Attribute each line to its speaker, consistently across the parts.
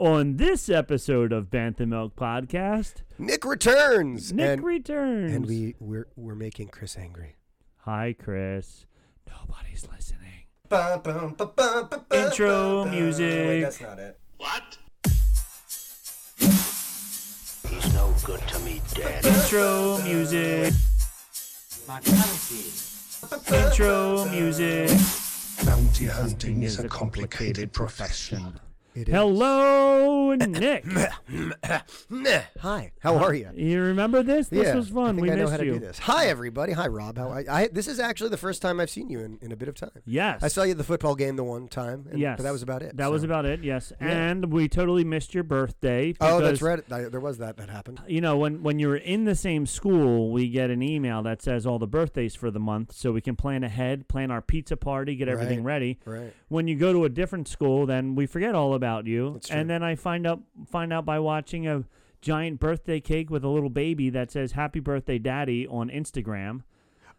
Speaker 1: On this episode of Bantha Milk Podcast,
Speaker 2: Nick returns.
Speaker 1: Nick
Speaker 2: and,
Speaker 1: returns.
Speaker 2: and we we're we're making Chris angry.
Speaker 1: Hi, Chris. Nobody's listening.
Speaker 2: Bum, bum, bum, bum, bum, bum,
Speaker 1: Intro
Speaker 2: bum.
Speaker 1: music.
Speaker 2: Wait, that's not it.
Speaker 3: He's no good to me, Dad.
Speaker 1: Intro music. Intro music.
Speaker 4: Bounty hunting is a complicated profession.
Speaker 2: It is-
Speaker 1: Hello, Nick.
Speaker 2: Hi. How are you?
Speaker 1: You remember this? This
Speaker 2: yeah,
Speaker 1: was
Speaker 2: I
Speaker 1: fun.
Speaker 2: think
Speaker 1: we
Speaker 2: I
Speaker 1: missed
Speaker 2: know how to
Speaker 1: you.
Speaker 2: do this. Hi everybody. Hi Rob. How I, I this is actually the first time I've seen you in, in a bit of time.
Speaker 1: Yes.
Speaker 2: I saw you at the football game the one time. And,
Speaker 1: Yes.
Speaker 2: But that was about it.
Speaker 1: That was
Speaker 2: so-
Speaker 1: about it. Yes.
Speaker 2: Yeah.
Speaker 1: And we totally missed your birthday.
Speaker 2: Oh, that's
Speaker 1: because,
Speaker 2: right. I, there was that that happened.
Speaker 1: You know, when when you're in the same school, we get an email that says all the birthdays for the month, so we can plan ahead, plan our pizza party, get everything
Speaker 2: Right.
Speaker 1: ready.
Speaker 2: Right.
Speaker 1: when you go to a different school, then we forget all about you.
Speaker 2: That's
Speaker 1: And
Speaker 2: true.
Speaker 1: then I find out find out by watching a giant birthday cake with a little baby that says "Happy Birthday, Daddy" on Instagram.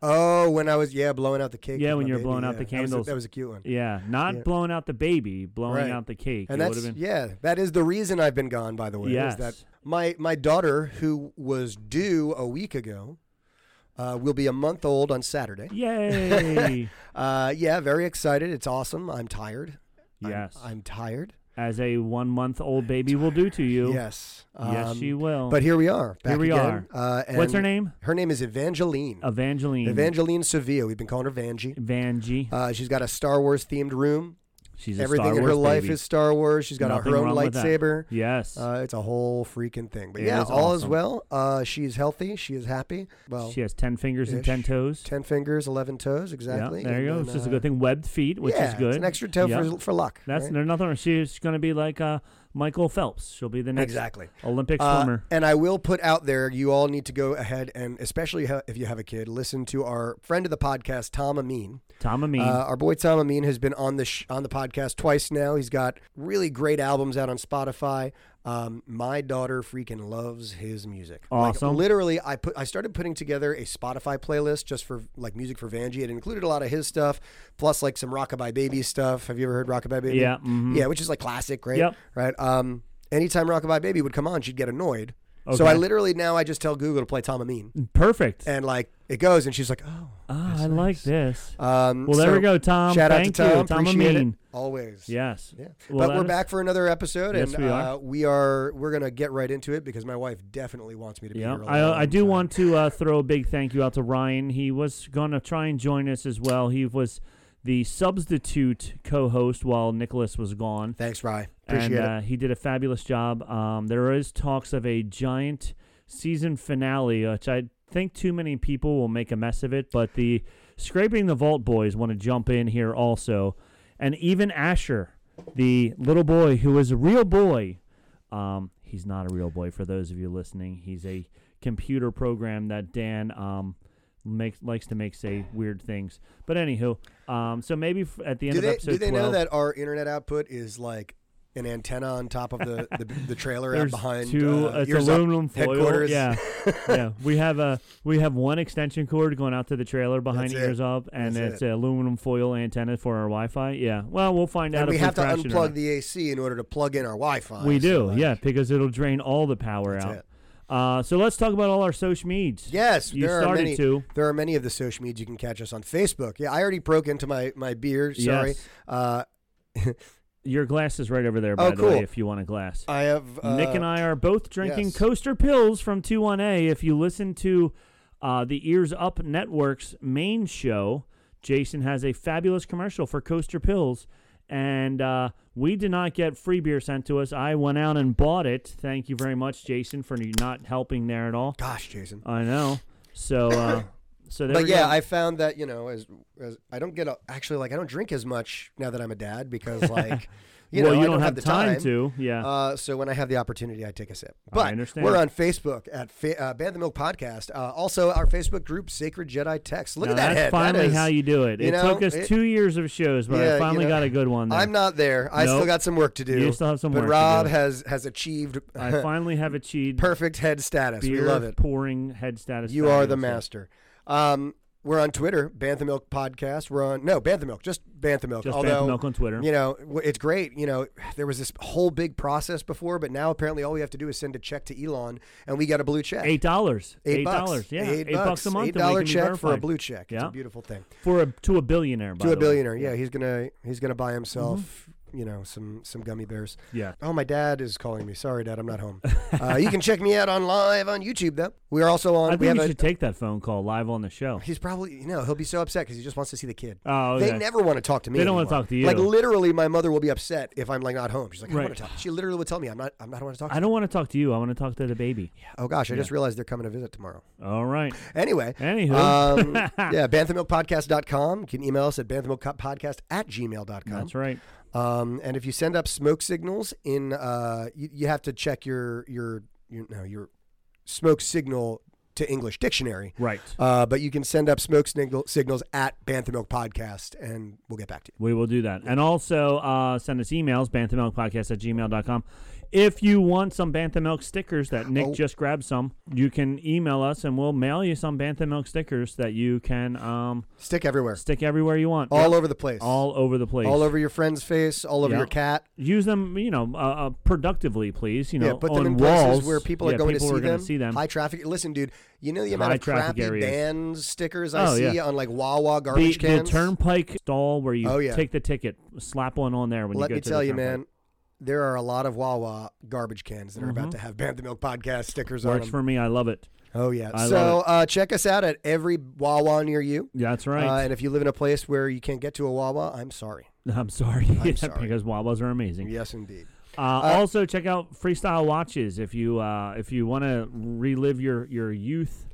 Speaker 2: Oh, when I was yeah blowing out the cake.
Speaker 1: Yeah,
Speaker 2: with
Speaker 1: when
Speaker 2: my
Speaker 1: you were
Speaker 2: baby,
Speaker 1: blowing out the
Speaker 2: yeah. That was a-
Speaker 1: candles.
Speaker 2: That was, a, cute one.
Speaker 1: Yeah, not
Speaker 2: Yeah.
Speaker 1: blowing out the baby, blowing
Speaker 2: Right.
Speaker 1: out the cake.
Speaker 2: And
Speaker 1: it would
Speaker 2: that's
Speaker 1: have been
Speaker 2: yeah, that is the reason I've been gone. By the way,
Speaker 1: Yes.
Speaker 2: is that my my daughter who was due a week ago uh, will be a month old on Saturday.
Speaker 1: yay.
Speaker 2: Uh, yeah, very excited. It's awesome. I'm tired. I'm-
Speaker 1: yes,
Speaker 2: I'm, tired.
Speaker 1: as a one month old baby will do to you.
Speaker 2: Yes, Um,
Speaker 1: Yes, she will.
Speaker 2: But here we are. Back
Speaker 1: Here we
Speaker 2: again.
Speaker 1: are.
Speaker 2: Uh,
Speaker 1: What's her
Speaker 2: and
Speaker 1: name?
Speaker 2: Her name is Evangeline.
Speaker 1: Evangeline.
Speaker 2: Evangeline Sevilla. We've been calling her Vangie.
Speaker 1: Vangie.
Speaker 2: Uh, she's got a Star Wars themed room.
Speaker 1: She's a
Speaker 2: Everything
Speaker 1: Star
Speaker 2: in her
Speaker 1: Wars
Speaker 2: life
Speaker 1: baby.
Speaker 2: is Star Wars. She's got
Speaker 1: Nothing
Speaker 2: her own
Speaker 1: wrong with that.
Speaker 2: lightsaber.
Speaker 1: Yes.
Speaker 2: Uh, it's a whole freaking thing. But
Speaker 1: It
Speaker 2: yeah,
Speaker 1: is
Speaker 2: all is
Speaker 1: awesome.
Speaker 2: well. Uh, she's healthy. She is happy. Well,
Speaker 1: she has ten fingers and
Speaker 2: ish.
Speaker 1: ten toes.
Speaker 2: ten fingers, eleven toes, exactly.
Speaker 1: Yeah, there you go.
Speaker 2: And
Speaker 1: It's
Speaker 2: then,
Speaker 1: just a
Speaker 2: uh,
Speaker 1: good thing. Webbed feet, which
Speaker 2: yeah,
Speaker 1: is good.
Speaker 2: It's an extra toe
Speaker 1: Yeah.
Speaker 2: for, for luck.
Speaker 1: That's
Speaker 2: right?
Speaker 1: there's nothing. wrong. She's going to be like uh, Michael Phelps. She'll be the next
Speaker 2: Exactly.
Speaker 1: Olympic
Speaker 2: Uh,
Speaker 1: swimmer.
Speaker 2: and I will put out there, you all need to go ahead and, especially ha- if you have a kid, listen to our friend of the podcast, Tom Amin.
Speaker 1: Tom Amin.
Speaker 2: Uh, our boy Tom Amin has been on the sh- on the podcast twice now. He's got really great albums out on Spotify. Um, my daughter freaking loves his music. Like,
Speaker 1: Awesome.
Speaker 2: literally, I put I started putting together a Spotify playlist just for like music for Vanjie. It included a lot of his stuff, plus like some Rockabye Baby stuff. Have you ever heard Rockabye Baby?
Speaker 1: Yeah, mhm.
Speaker 2: yeah, which is like classic, right?
Speaker 1: Yep.
Speaker 2: Right. Um, anytime Rockabye Baby would come on, she'd get annoyed. So
Speaker 1: Okay.
Speaker 2: I literally now I just tell Google to play Tom Amin,
Speaker 1: Perfect.
Speaker 2: and like it goes, and she's like, oh.
Speaker 1: Ah, I like this.
Speaker 2: Um,
Speaker 1: Well, there
Speaker 2: so
Speaker 1: we go, Tom.
Speaker 2: Shout
Speaker 1: Thank
Speaker 2: out to Tom.
Speaker 1: you, Tom
Speaker 2: Appreciate
Speaker 1: Amin.
Speaker 2: It. Always.
Speaker 1: yes.
Speaker 2: Yeah.
Speaker 1: Well,
Speaker 2: but we're
Speaker 1: that
Speaker 2: back for another episode,
Speaker 1: Yes,
Speaker 2: and
Speaker 1: we are.
Speaker 2: Uh, we are we're gonna get right into it because my wife definitely wants me to be
Speaker 1: Yeah,
Speaker 2: here. a long
Speaker 1: I, I do
Speaker 2: time.
Speaker 1: want to uh, throw a big thank you out to Ryan. He was going to try and join us as well. He was the substitute co-host while Nicholas was gone.
Speaker 2: Thanks, Rye. Appreciate
Speaker 1: and, Uh, he did a fabulous job. Um, there is talks of a giant season finale, which I think too many people will make a mess of it. But the Scraping the Vault boys want to jump in here also, and even Asher, the little boy who is a real boy. Um, he's not a real boy for those of you listening. He's a computer program that Dan um makes likes to make say weird things. But anywho, um, so maybe f- at the
Speaker 2: it.
Speaker 1: end
Speaker 2: Do
Speaker 1: of
Speaker 2: they
Speaker 1: episode
Speaker 2: do they
Speaker 1: 12,
Speaker 2: know that our internet output is like an antenna on top of the the, the trailer out
Speaker 1: There's
Speaker 2: behind
Speaker 1: two.
Speaker 2: uh,
Speaker 1: it's
Speaker 2: Ears Up
Speaker 1: aluminum foil.
Speaker 2: headquarters?
Speaker 1: Yeah, yeah. We have a we have one extension cord going out to the trailer behind
Speaker 2: That's it.
Speaker 1: ears up, and
Speaker 2: That's
Speaker 1: it's
Speaker 2: it.
Speaker 1: an aluminum foil antenna for our Wi-Fi. Yeah. Well, we'll find out
Speaker 2: And we
Speaker 1: if
Speaker 2: have to
Speaker 1: we crash it or
Speaker 2: unplug
Speaker 1: not.
Speaker 2: the AC in order to plug in our Wi-Fi.
Speaker 1: We
Speaker 2: so,
Speaker 1: do,
Speaker 2: like-
Speaker 1: yeah, because it'll drain all the power
Speaker 2: That's
Speaker 1: out.
Speaker 2: it.
Speaker 1: Uh, so let's talk about all our social meds.
Speaker 2: Yes,
Speaker 1: you
Speaker 2: there are
Speaker 1: started
Speaker 2: many.
Speaker 1: to.
Speaker 2: There are many of the social medias you can catch us on Facebook. Yeah, I already broke into my my beer. Sorry.
Speaker 1: Yes.
Speaker 2: Uh,
Speaker 1: Your glass is right over there, by
Speaker 2: Oh,
Speaker 1: the way,
Speaker 2: cool.
Speaker 1: if you want a glass.
Speaker 2: I have uh,
Speaker 1: Nick and I are both drinking
Speaker 2: yes.
Speaker 1: Coaster Pills from 21A. If you listen to uh, the Ears Up Network's main show, Jason has a fabulous commercial for Coaster Pills. And uh, we did not get free beer sent to us. I went out and bought it. Thank you very much, Jason, for not helping there at all.
Speaker 2: Gosh, Jason.
Speaker 1: I know. So, uh, so there
Speaker 2: but
Speaker 1: we
Speaker 2: yeah,
Speaker 1: go.
Speaker 2: I found that you know, as, as I don't get a, actually like I don't drink as much now that I'm a dad because like You
Speaker 1: well,
Speaker 2: know,
Speaker 1: you
Speaker 2: I
Speaker 1: don't,
Speaker 2: don't
Speaker 1: have,
Speaker 2: have the
Speaker 1: time,
Speaker 2: time.
Speaker 1: to. Yeah.
Speaker 2: Uh, so when I have the opportunity, I take a sip.
Speaker 1: I
Speaker 2: But
Speaker 1: understand.
Speaker 2: we're on Facebook at fa- uh, Band the Milk Podcast. Uh, also, our Facebook group, Sacred Jedi Text. Look
Speaker 1: Now
Speaker 2: at that.
Speaker 1: That's
Speaker 2: head. That
Speaker 1: finally
Speaker 2: is-
Speaker 1: how you do it.
Speaker 2: you
Speaker 1: it
Speaker 2: know,
Speaker 1: took us
Speaker 2: it-
Speaker 1: two years of shows, but
Speaker 2: Yeah,
Speaker 1: I
Speaker 2: you
Speaker 1: finally
Speaker 2: know,
Speaker 1: got a good one. There.
Speaker 2: I'm not there. I
Speaker 1: Nope.
Speaker 2: still got some work to do.
Speaker 1: You still have some
Speaker 2: but
Speaker 1: work to
Speaker 2: Rob
Speaker 1: do.
Speaker 2: has has achieved
Speaker 1: I finally have achieved
Speaker 2: perfect head status.
Speaker 1: beer
Speaker 2: we love it.
Speaker 1: pouring head status.
Speaker 2: You are the
Speaker 1: fabulous.
Speaker 2: master. Um, we're on Twitter, Bantha Milk Podcast. We're on no Bantha Milk, just Bantha Milk.
Speaker 1: Just
Speaker 2: Although
Speaker 1: Bantha Milk on Twitter.
Speaker 2: you know w- it's great. You know there was this whole big process before, but now apparently all we have to do is send a check to Elon, and we got a blue check.
Speaker 1: Eight dollars.
Speaker 2: Eight bucks.
Speaker 1: dollars. Yeah. Eight, bucks a month. and
Speaker 2: Eight
Speaker 1: we
Speaker 2: dollar
Speaker 1: can be
Speaker 2: check for a
Speaker 1: verified.
Speaker 2: blue check. It's
Speaker 1: Yeah.
Speaker 2: a beautiful thing.
Speaker 1: For a to a billionaire. By
Speaker 2: to
Speaker 1: the
Speaker 2: a
Speaker 1: way. Mm-hmm.
Speaker 2: billionaire, yeah, he's gonna he's gonna buy himself, you know, some some gummy bears.
Speaker 1: Yeah.
Speaker 2: Oh, my dad is calling me. Sorry, Dad, I'm not home. uh, you can check me out on live on YouTube though. We are also on.
Speaker 1: I think
Speaker 2: we have
Speaker 1: you
Speaker 2: a,
Speaker 1: should take that phone call live on the show.
Speaker 2: He's probably you know he'll be so upset because he just wants to see the kid.
Speaker 1: Oh, okay.
Speaker 2: They never want to talk to me.
Speaker 1: They don't wanna
Speaker 2: anymore.
Speaker 1: talk to you.
Speaker 2: Like literally, my mother will be upset if I'm like not home. She's like, I
Speaker 1: Right.
Speaker 2: want to talk. She literally will tell me, I'm not. I'm not want to talk. To
Speaker 1: I don't want to talk to you. I want to talk to the baby.
Speaker 2: you. Oh gosh, I just realized they're coming to visit tomorrow.
Speaker 1: All right.
Speaker 2: Anyway,
Speaker 1: Anywho.
Speaker 2: um, yeah, banthamilkpodcast.com. You can email us at banthamilkpodcast at gmail.com.
Speaker 1: That's right.
Speaker 2: Um, and if you send up smoke signals in, uh, you, you have to check your your your no your smoke signal to English dictionary.
Speaker 1: Right.
Speaker 2: Uh, but you can send up smoke signal, signals at Bantha Milk Podcast, and we'll get back to you.
Speaker 1: We will do that. And also uh, send us emails, banthamilkpodcast at gmail.com. If you want some Bantha Milk stickers that Nick
Speaker 2: Oh.
Speaker 1: just grabbed some, you can email us and we'll mail you some Bantha Milk stickers that you can um,
Speaker 2: Stick everywhere,
Speaker 1: stick everywhere you want.
Speaker 2: all over the place,
Speaker 1: all over the place.
Speaker 2: all over your friend's face, all over
Speaker 1: Yeah.
Speaker 2: your cat.
Speaker 1: Use them, you know, uh, uh, productively, please. You know,
Speaker 2: yeah, put them
Speaker 1: on
Speaker 2: in
Speaker 1: walls
Speaker 2: places where people are
Speaker 1: Yeah,
Speaker 2: going
Speaker 1: people
Speaker 2: to see,
Speaker 1: are gonna
Speaker 2: them.
Speaker 1: see them.
Speaker 2: High traffic. Listen, dude, you know the amount
Speaker 1: High
Speaker 2: of
Speaker 1: traffic
Speaker 2: crappy
Speaker 1: areas.
Speaker 2: band stickers I
Speaker 1: Oh,
Speaker 2: see
Speaker 1: yeah.
Speaker 2: on like Wawa
Speaker 1: the,
Speaker 2: garbage
Speaker 1: the
Speaker 2: cans.
Speaker 1: turnpike stall where you
Speaker 2: Oh, yeah.
Speaker 1: take the ticket, slap one on there when
Speaker 2: Let
Speaker 1: you go
Speaker 2: me
Speaker 1: to
Speaker 2: tell
Speaker 1: the
Speaker 2: you,
Speaker 1: turnpike.
Speaker 2: man, there are a lot of Wawa garbage cans that are about to have Bantha Milk Podcast stickers
Speaker 1: Mm-hmm. Works
Speaker 2: on them.
Speaker 1: for me. I love it.
Speaker 2: oh yeah.
Speaker 1: I love
Speaker 2: so uh, check us out at every Wawa near you.
Speaker 1: That's right.
Speaker 2: Uh, and if you live in a place where you can't get to a Wawa, I'm sorry.
Speaker 1: I'm sorry. Yeah,
Speaker 2: sorry.
Speaker 1: because Wawas are amazing.
Speaker 2: Yes, indeed.
Speaker 1: Uh, also, check out Freestyle Watches if you uh, if you want to relive your your youth.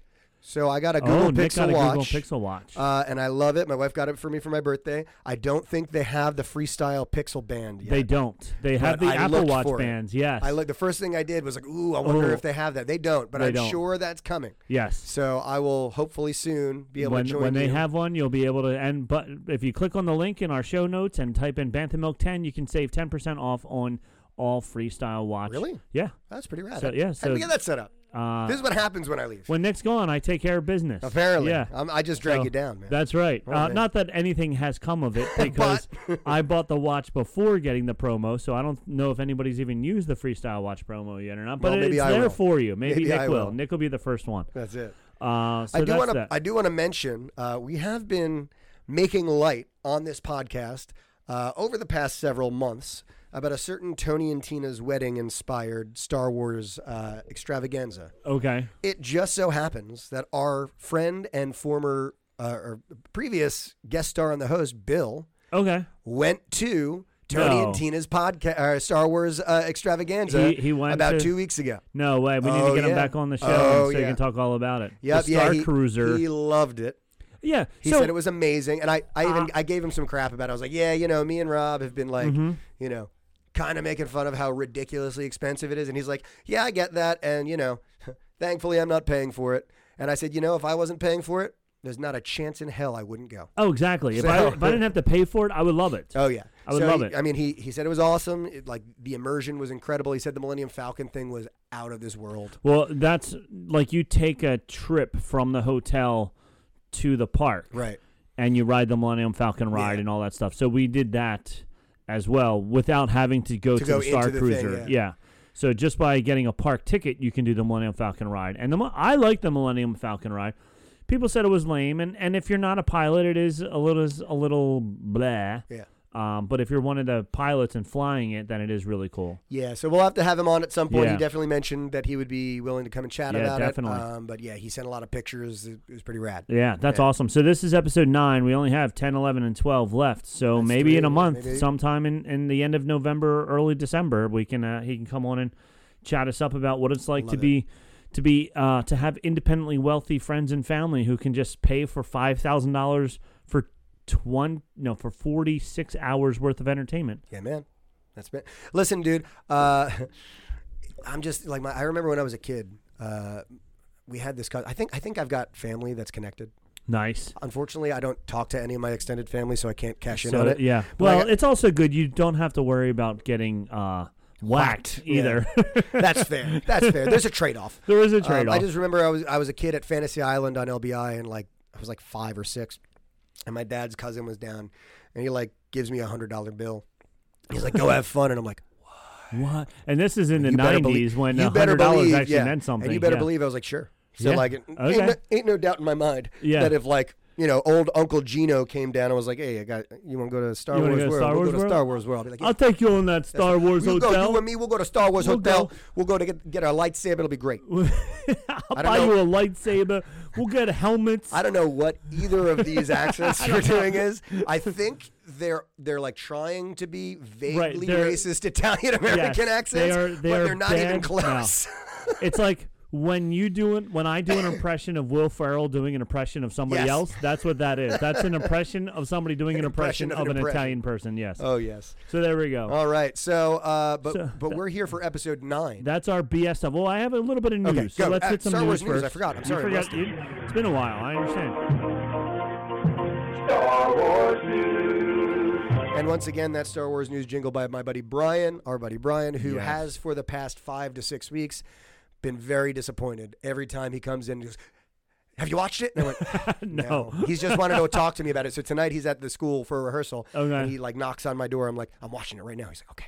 Speaker 2: So I got a Google
Speaker 1: oh, Nick
Speaker 2: Pixel
Speaker 1: got a Google
Speaker 2: Watch.
Speaker 1: Pixel Watch.
Speaker 2: Uh, and I love it. My wife got it for me for my birthday. I don't think they have the Freestyle Pixel Band yet.
Speaker 1: They don't. They have
Speaker 2: But
Speaker 1: the
Speaker 2: I
Speaker 1: Apple
Speaker 2: looked
Speaker 1: Watch
Speaker 2: for it.
Speaker 1: bands. Yes.
Speaker 2: I look. The first thing I did was like, "Ooh, I wonder
Speaker 1: Oh.
Speaker 2: if they have that." They don't, but
Speaker 1: They
Speaker 2: I'm
Speaker 1: don't.
Speaker 2: sure that's coming.
Speaker 1: yes.
Speaker 2: So I will hopefully soon be able
Speaker 1: When,
Speaker 2: to join
Speaker 1: when they
Speaker 2: you.
Speaker 1: have one, you'll be able to. And but if you click on the link in our show notes and type in Bantha Milk ten, you can save ten percent off on all Freestyle Watch.
Speaker 2: Really?
Speaker 1: Yeah.
Speaker 2: That's pretty rad.
Speaker 1: So, yeah,
Speaker 2: How
Speaker 1: so-
Speaker 2: do we get that set up?
Speaker 1: Uh,
Speaker 2: this is what happens when I leave.
Speaker 1: when Nick's gone, I take care of business.
Speaker 2: Apparently,
Speaker 1: Yeah.
Speaker 2: I'm, I just drag
Speaker 1: So,
Speaker 2: you down, man.
Speaker 1: That's right.
Speaker 2: Oh,
Speaker 1: uh,
Speaker 2: man.
Speaker 1: not that anything has come of it because I bought the watch before getting the promo, so I don't know if anybody's even used the Freestyle Watch promo yet or not. But
Speaker 2: Well, maybe
Speaker 1: it's
Speaker 2: I
Speaker 1: there
Speaker 2: will.
Speaker 1: for you. Maybe,
Speaker 2: Maybe
Speaker 1: Nick
Speaker 2: I
Speaker 1: will.
Speaker 2: will.
Speaker 1: Nick will be the first one.
Speaker 2: That's it.
Speaker 1: Uh, so
Speaker 2: I do
Speaker 1: that's
Speaker 2: want to.
Speaker 1: that.
Speaker 2: I do want to mention uh, we have been making light on this podcast uh, over the past several months about a certain Tony and Tina's wedding-inspired Star Wars uh, extravaganza.
Speaker 1: okay.
Speaker 2: It just so happens that our friend and former uh, or previous guest star on the host, Bill,
Speaker 1: Okay.
Speaker 2: went to Tony
Speaker 1: No.
Speaker 2: and Tina's podcast, uh, Star Wars uh, extravaganza,
Speaker 1: He- he went
Speaker 2: about
Speaker 1: to-
Speaker 2: two weeks ago.
Speaker 1: No way. We need to
Speaker 2: Oh,
Speaker 1: get him
Speaker 2: yeah.
Speaker 1: back on the show
Speaker 2: Oh,
Speaker 1: so we
Speaker 2: yeah.
Speaker 1: can talk all about it.
Speaker 2: Yep,
Speaker 1: the
Speaker 2: yeah,
Speaker 1: Star
Speaker 2: he-
Speaker 1: Cruiser.
Speaker 2: He loved it.
Speaker 1: yeah.
Speaker 2: He
Speaker 1: so
Speaker 2: said it was amazing, and I, I even
Speaker 1: Uh,
Speaker 2: I gave him some crap about. it. I was like, yeah, you know, me and Rob have been like,
Speaker 1: Mm-hmm.
Speaker 2: you know, kind of making fun of how ridiculously expensive it is, and he's like, yeah, I get that, and you know, thankfully I'm not paying for it. And I said, you know, if I wasn't paying for it, there's not a chance in hell I wouldn't go.
Speaker 1: Oh, exactly. if, I,
Speaker 2: So-
Speaker 1: if I didn't have to pay for it, I would love it.
Speaker 2: Oh yeah,
Speaker 1: I would
Speaker 2: So
Speaker 1: love
Speaker 2: he-
Speaker 1: it.
Speaker 2: I mean, he he said it was awesome. It, like the immersion was incredible. He said the Millennium Falcon thing was out of this world.
Speaker 1: Well, that's like you take a trip from the hotel to the park.
Speaker 2: Right.
Speaker 1: and you ride the Millennium Falcon ride
Speaker 2: Yeah.
Speaker 1: and all that stuff. So we did that as well without having to go to,
Speaker 2: To go
Speaker 1: the Star
Speaker 2: into the thing,
Speaker 1: Cruiser.
Speaker 2: yeah.
Speaker 1: yeah. So just by getting a park ticket, you can do the Millennium Falcon ride. And the mo- I like the Millennium Falcon ride. People said it was lame, and, and if you're not a pilot, it is a little is a little blah.
Speaker 2: Yeah.
Speaker 1: Um, but if you're one of the pilots and flying it, then it is really cool.
Speaker 2: Yeah, so we'll have to have him on at some point.
Speaker 1: Yeah.
Speaker 2: He definitely mentioned that he would be willing to come and chat
Speaker 1: Yeah,
Speaker 2: about
Speaker 1: definitely.
Speaker 2: it. Um, but yeah, he sent a lot of pictures. It was pretty rad.
Speaker 1: Yeah, that's awesome. So this is episode nine. We only have 10, 11, and 12 left. So
Speaker 2: That's
Speaker 1: maybe in a
Speaker 2: three,
Speaker 1: month,
Speaker 2: maybe.
Speaker 1: sometime in, in the end of November, early December, we can uh, he can come on and chat us up about what it's like
Speaker 2: Love
Speaker 1: to
Speaker 2: it.
Speaker 1: be to be uh, to have independently wealthy friends and family who can just pay for five thousand dollars for twenty no for forty six hours worth of entertainment.
Speaker 2: Yeah, man. That's been. Listen, dude. Uh, I'm just like my. I remember when I was a kid. Uh, we had this. co- I think. I think I've got family that's connected.
Speaker 1: Nice.
Speaker 2: Unfortunately, I don't talk to any of my extended family, so I can't cash in
Speaker 1: So,
Speaker 2: on it.
Speaker 1: Yeah.
Speaker 2: But I
Speaker 1: Well,
Speaker 2: got-
Speaker 1: it's also good. You don't have to worry about getting uh, whacked,
Speaker 2: Whacked, yeah.
Speaker 1: either.
Speaker 2: that's fair. That's fair. There's a trade-off.
Speaker 1: there is a
Speaker 2: Um,
Speaker 1: trade off.
Speaker 2: I just remember I was I was a kid at Fantasy Island on LBI, and like I was like five or six, and my dad's cousin was down, and he like gives me a hundred dollar bill. He's like, "Go have fun," and I'm like,
Speaker 1: what? And this is in the
Speaker 2: You better
Speaker 1: 90s
Speaker 2: belie-
Speaker 1: when
Speaker 2: you
Speaker 1: a
Speaker 2: better
Speaker 1: $100
Speaker 2: believe-
Speaker 1: actually
Speaker 2: yeah.
Speaker 1: meant something.
Speaker 2: And you better
Speaker 1: yeah.
Speaker 2: believe I was like, sure. So
Speaker 1: Yeah.
Speaker 2: like, it-
Speaker 1: Okay.
Speaker 2: ain't, no, ain't no doubt in my mind
Speaker 1: Yeah.
Speaker 2: that if like you know old Uncle Gino came down and was like, hey, I got you want to go to Star
Speaker 1: You wanna
Speaker 2: Wars
Speaker 1: go to
Speaker 2: World?
Speaker 1: Star
Speaker 2: we'll
Speaker 1: Wars
Speaker 2: go to
Speaker 1: World?
Speaker 2: Star Wars World. I'd be like, yeah,
Speaker 1: I'll take you on that Star Wars
Speaker 2: we'll
Speaker 1: hotel.
Speaker 2: go. You and me, we'll go to Star Wars
Speaker 1: We'll
Speaker 2: Hotel.
Speaker 1: go.
Speaker 2: We'll go to get get our lightsaber. It'll be great.
Speaker 1: I'll
Speaker 2: I don't
Speaker 1: buy
Speaker 2: know-
Speaker 1: you a lightsaber. We'll get helmets.
Speaker 2: I don't know what either of these accents you're doing is. I think they're they're like trying to be vaguely
Speaker 1: they're-
Speaker 2: racist Italian American
Speaker 1: Yes,
Speaker 2: accents,
Speaker 1: they are- they
Speaker 2: but
Speaker 1: are
Speaker 2: they're not even
Speaker 1: bad
Speaker 2: close.
Speaker 1: it's like when you do it, when I do an impression of Will Ferrell doing an impression of somebody
Speaker 2: Yes.
Speaker 1: else. That's what that is. That's an impression of somebody doing an impression,
Speaker 2: impression of
Speaker 1: an,
Speaker 2: an impression.
Speaker 1: Italian person. Yes.
Speaker 2: oh yes.
Speaker 1: so there we go.
Speaker 2: All right. So, uh, but
Speaker 1: So-
Speaker 2: but we're here for episode nine.
Speaker 1: That's our BS stuff. Well, I have a little bit of news,
Speaker 2: Okay,
Speaker 1: so
Speaker 2: go.
Speaker 1: let's
Speaker 2: Uh,
Speaker 1: hit some
Speaker 2: Star
Speaker 1: news
Speaker 2: Wars news, I
Speaker 1: first.
Speaker 2: forgot. I'm
Speaker 1: You
Speaker 2: sorry, I
Speaker 1: forgot-
Speaker 2: missed it.
Speaker 1: you- it's been a while. I understand.
Speaker 2: And once again, that Star Wars news jingle by my buddy Brian, our buddy Brian, who
Speaker 1: Yes.
Speaker 2: has for the past five to six weeks been very disappointed every time he comes in. He goes, "Have you watched it?" And I went,
Speaker 1: No.
Speaker 2: He's just wanted to talk to me about it. So tonight he's at the school for a rehearsal,
Speaker 1: Okay.
Speaker 2: and he like knocks on my door. I'm like, "I'm watching it right now." He's like, "Okay."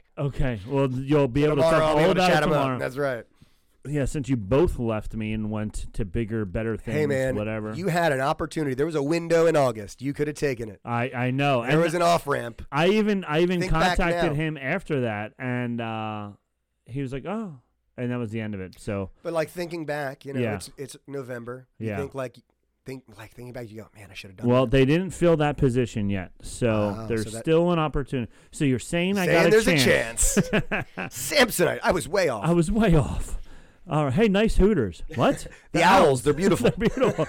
Speaker 1: Okay. Well, you'll be able to
Speaker 2: Tomorrow
Speaker 1: talk
Speaker 2: I'll be
Speaker 1: all
Speaker 2: able to
Speaker 1: about it
Speaker 2: chat about it.
Speaker 1: tomorrow.
Speaker 2: That's right.
Speaker 1: yeah, since you both left me and went to bigger, better things,
Speaker 2: Hey man,
Speaker 1: whatever.
Speaker 2: You had an opportunity. There was a window in August. You could have taken it.
Speaker 1: I I know.
Speaker 2: There
Speaker 1: and
Speaker 2: was an off ramp.
Speaker 1: I even I even
Speaker 2: Think back
Speaker 1: contacted
Speaker 2: now.
Speaker 1: him after that, and uh, he was like, "Oh," and that was the end of it. So
Speaker 2: But like thinking back, you know,
Speaker 1: Yeah.
Speaker 2: it's it's November. You
Speaker 1: Yeah.
Speaker 2: think like think like thinking back, you go, man, I should have done.
Speaker 1: well,
Speaker 2: that."
Speaker 1: they didn't fill that position yet, so
Speaker 2: Ah,
Speaker 1: there's
Speaker 2: so that-
Speaker 1: still an opportunity. So you're saying, I
Speaker 2: Saying
Speaker 1: got
Speaker 2: there's a chance. Samsonite, I was way off.
Speaker 1: I was way off. All right. Hey, nice Hooters. What?
Speaker 2: the owls, they're beautiful.
Speaker 1: They're beautiful.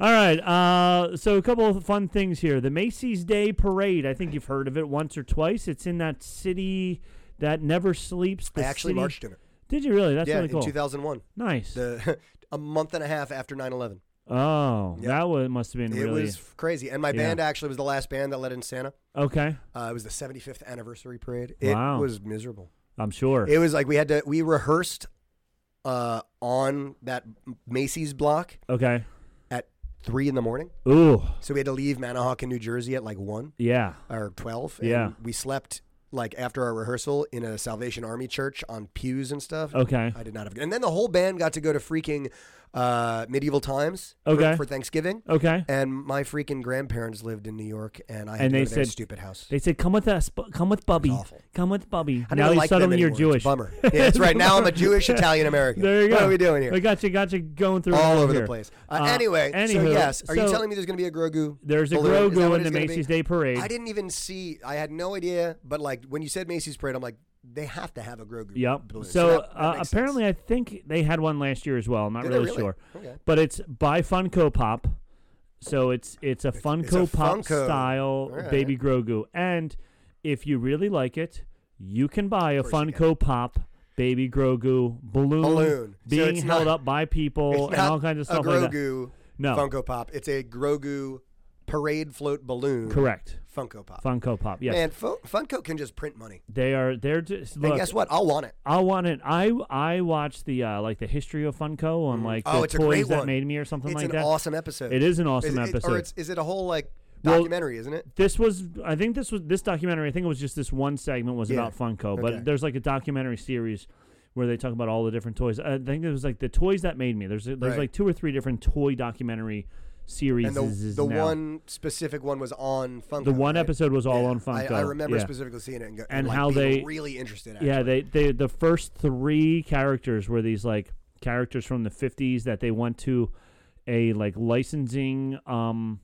Speaker 1: All right. Uh, so a couple of fun things here. The Macy's Day Parade. I think you've heard of it once or twice. It's in that city that never sleeps.
Speaker 2: I
Speaker 1: The
Speaker 2: actually
Speaker 1: city-
Speaker 2: marched in it.
Speaker 1: Did you really? That's
Speaker 2: yeah,
Speaker 1: really cool.
Speaker 2: in 2001,
Speaker 1: nice.
Speaker 2: the a month and a half after 9/11.
Speaker 1: oh,
Speaker 2: Yeah.
Speaker 1: that was, must have been
Speaker 2: It
Speaker 1: really
Speaker 2: was crazy, and my
Speaker 1: Yeah.
Speaker 2: band actually was the last band that let in Santa.
Speaker 1: okay.
Speaker 2: Uh, it was the 75th anniversary parade. It
Speaker 1: Wow.
Speaker 2: was miserable.
Speaker 1: I'm sure.
Speaker 2: It was like we had to we rehearsed uh, on that Macy's block
Speaker 1: okay.
Speaker 2: at three in the morning,
Speaker 1: Ooh.
Speaker 2: so we had to leave Manahawkin, New Jersey, at like one.
Speaker 1: Yeah.
Speaker 2: or 12 and
Speaker 1: Yeah.
Speaker 2: we slept like after our rehearsal in a salvation army church on pews and stuff
Speaker 1: Okay.
Speaker 2: i did not have and then the whole band got to go to freaking uh, medieval times for-
Speaker 1: Okay.
Speaker 2: for, thanksgiving
Speaker 1: Okay.
Speaker 2: and my freaking grandparents lived in new york and i had
Speaker 1: And
Speaker 2: to
Speaker 1: they
Speaker 2: go to their
Speaker 1: said-
Speaker 2: stupid house
Speaker 1: They said, "Come with us. bu- Come with Bubby.
Speaker 2: awful.
Speaker 1: Come with Bubby."
Speaker 2: I don't
Speaker 1: now
Speaker 2: even
Speaker 1: you
Speaker 2: like them
Speaker 1: suddenly you're
Speaker 2: anymore.
Speaker 1: Jewish.
Speaker 2: It's a bummer. Yeah, that's right. Now I'm a Jewish Italian American.
Speaker 1: There you go.
Speaker 2: What are we doing here?
Speaker 1: We got you, got you going through it
Speaker 2: All over
Speaker 1: here.
Speaker 2: the place. Uh,
Speaker 1: Uh,
Speaker 2: anyway, so
Speaker 1: anywho,
Speaker 2: yes. Are you
Speaker 1: so
Speaker 2: telling me there's going to be a Grogu?
Speaker 1: there's a
Speaker 2: balloon? Is that
Speaker 1: Grogu
Speaker 2: what
Speaker 1: in the
Speaker 2: it's gonna be?
Speaker 1: Macy's Day Parade?
Speaker 2: I didn't even see. I had no idea. But like when you said Macy's parade, I'm like, they have to have a Grogu.
Speaker 1: Yep. So,
Speaker 2: balloon. that- that
Speaker 1: uh,
Speaker 2: makes sense.
Speaker 1: apparently, I think they had one last year as well. I'm not
Speaker 2: Did they
Speaker 1: really,
Speaker 2: really?
Speaker 1: sure,
Speaker 2: Okay.
Speaker 1: but it's by Funko Pop. So it's it's a Funko
Speaker 2: it's a
Speaker 1: Pop
Speaker 2: Funko.
Speaker 1: style
Speaker 2: All right.
Speaker 1: baby Grogu, and if you really like it, you can buy a
Speaker 2: Of course you can.
Speaker 1: Funko Pop baby Grogu balloon,
Speaker 2: Balloon. So
Speaker 1: being
Speaker 2: it's
Speaker 1: held
Speaker 2: not-
Speaker 1: up by
Speaker 2: It's
Speaker 1: people and
Speaker 2: not
Speaker 1: all kinds of stuff
Speaker 2: A
Speaker 1: like that.
Speaker 2: Grogu
Speaker 1: No.
Speaker 2: Funko Pop. It's a Grogu parade float balloon.
Speaker 1: Correct.
Speaker 2: Funko Pop.
Speaker 1: Funko Pop. Yes.
Speaker 2: Man, Fu- Funko can just print money.
Speaker 1: They are. They're just.
Speaker 2: and
Speaker 1: Look,
Speaker 2: guess what? I'll want it.
Speaker 1: I want it. I I watched the uh, like the history of Funko on like
Speaker 2: Oh,
Speaker 1: the
Speaker 2: it's a
Speaker 1: toys
Speaker 2: great
Speaker 1: that
Speaker 2: one.
Speaker 1: made me or something
Speaker 2: It's
Speaker 1: like
Speaker 2: an
Speaker 1: that.
Speaker 2: awesome episode.
Speaker 1: It is an awesome
Speaker 2: Is it-
Speaker 1: episode.
Speaker 2: Or it's, is it a whole like
Speaker 1: Well-
Speaker 2: documentary? isn't it?
Speaker 1: this was I think this was this documentary. I think it was just this one segment was
Speaker 2: Yeah.
Speaker 1: about Funko, but
Speaker 2: Okay.
Speaker 1: there's like a documentary series where they talk about all the different toys. I think it was like the toys that made me. There's there's
Speaker 2: Right.
Speaker 1: like two or three different toy documentary series.
Speaker 2: And the, the
Speaker 1: now.
Speaker 2: one specific one was on Funko.
Speaker 1: the one
Speaker 2: right?
Speaker 1: episode was all
Speaker 2: Yeah.
Speaker 1: on Funko.
Speaker 2: I, I remember
Speaker 1: yeah.
Speaker 2: specifically seeing it and, go,
Speaker 1: And
Speaker 2: like,
Speaker 1: how
Speaker 2: being
Speaker 1: they-
Speaker 2: really interested. Actually.
Speaker 1: Yeah, they, they the first three characters were these like characters from the fifties that they went to a like licensing um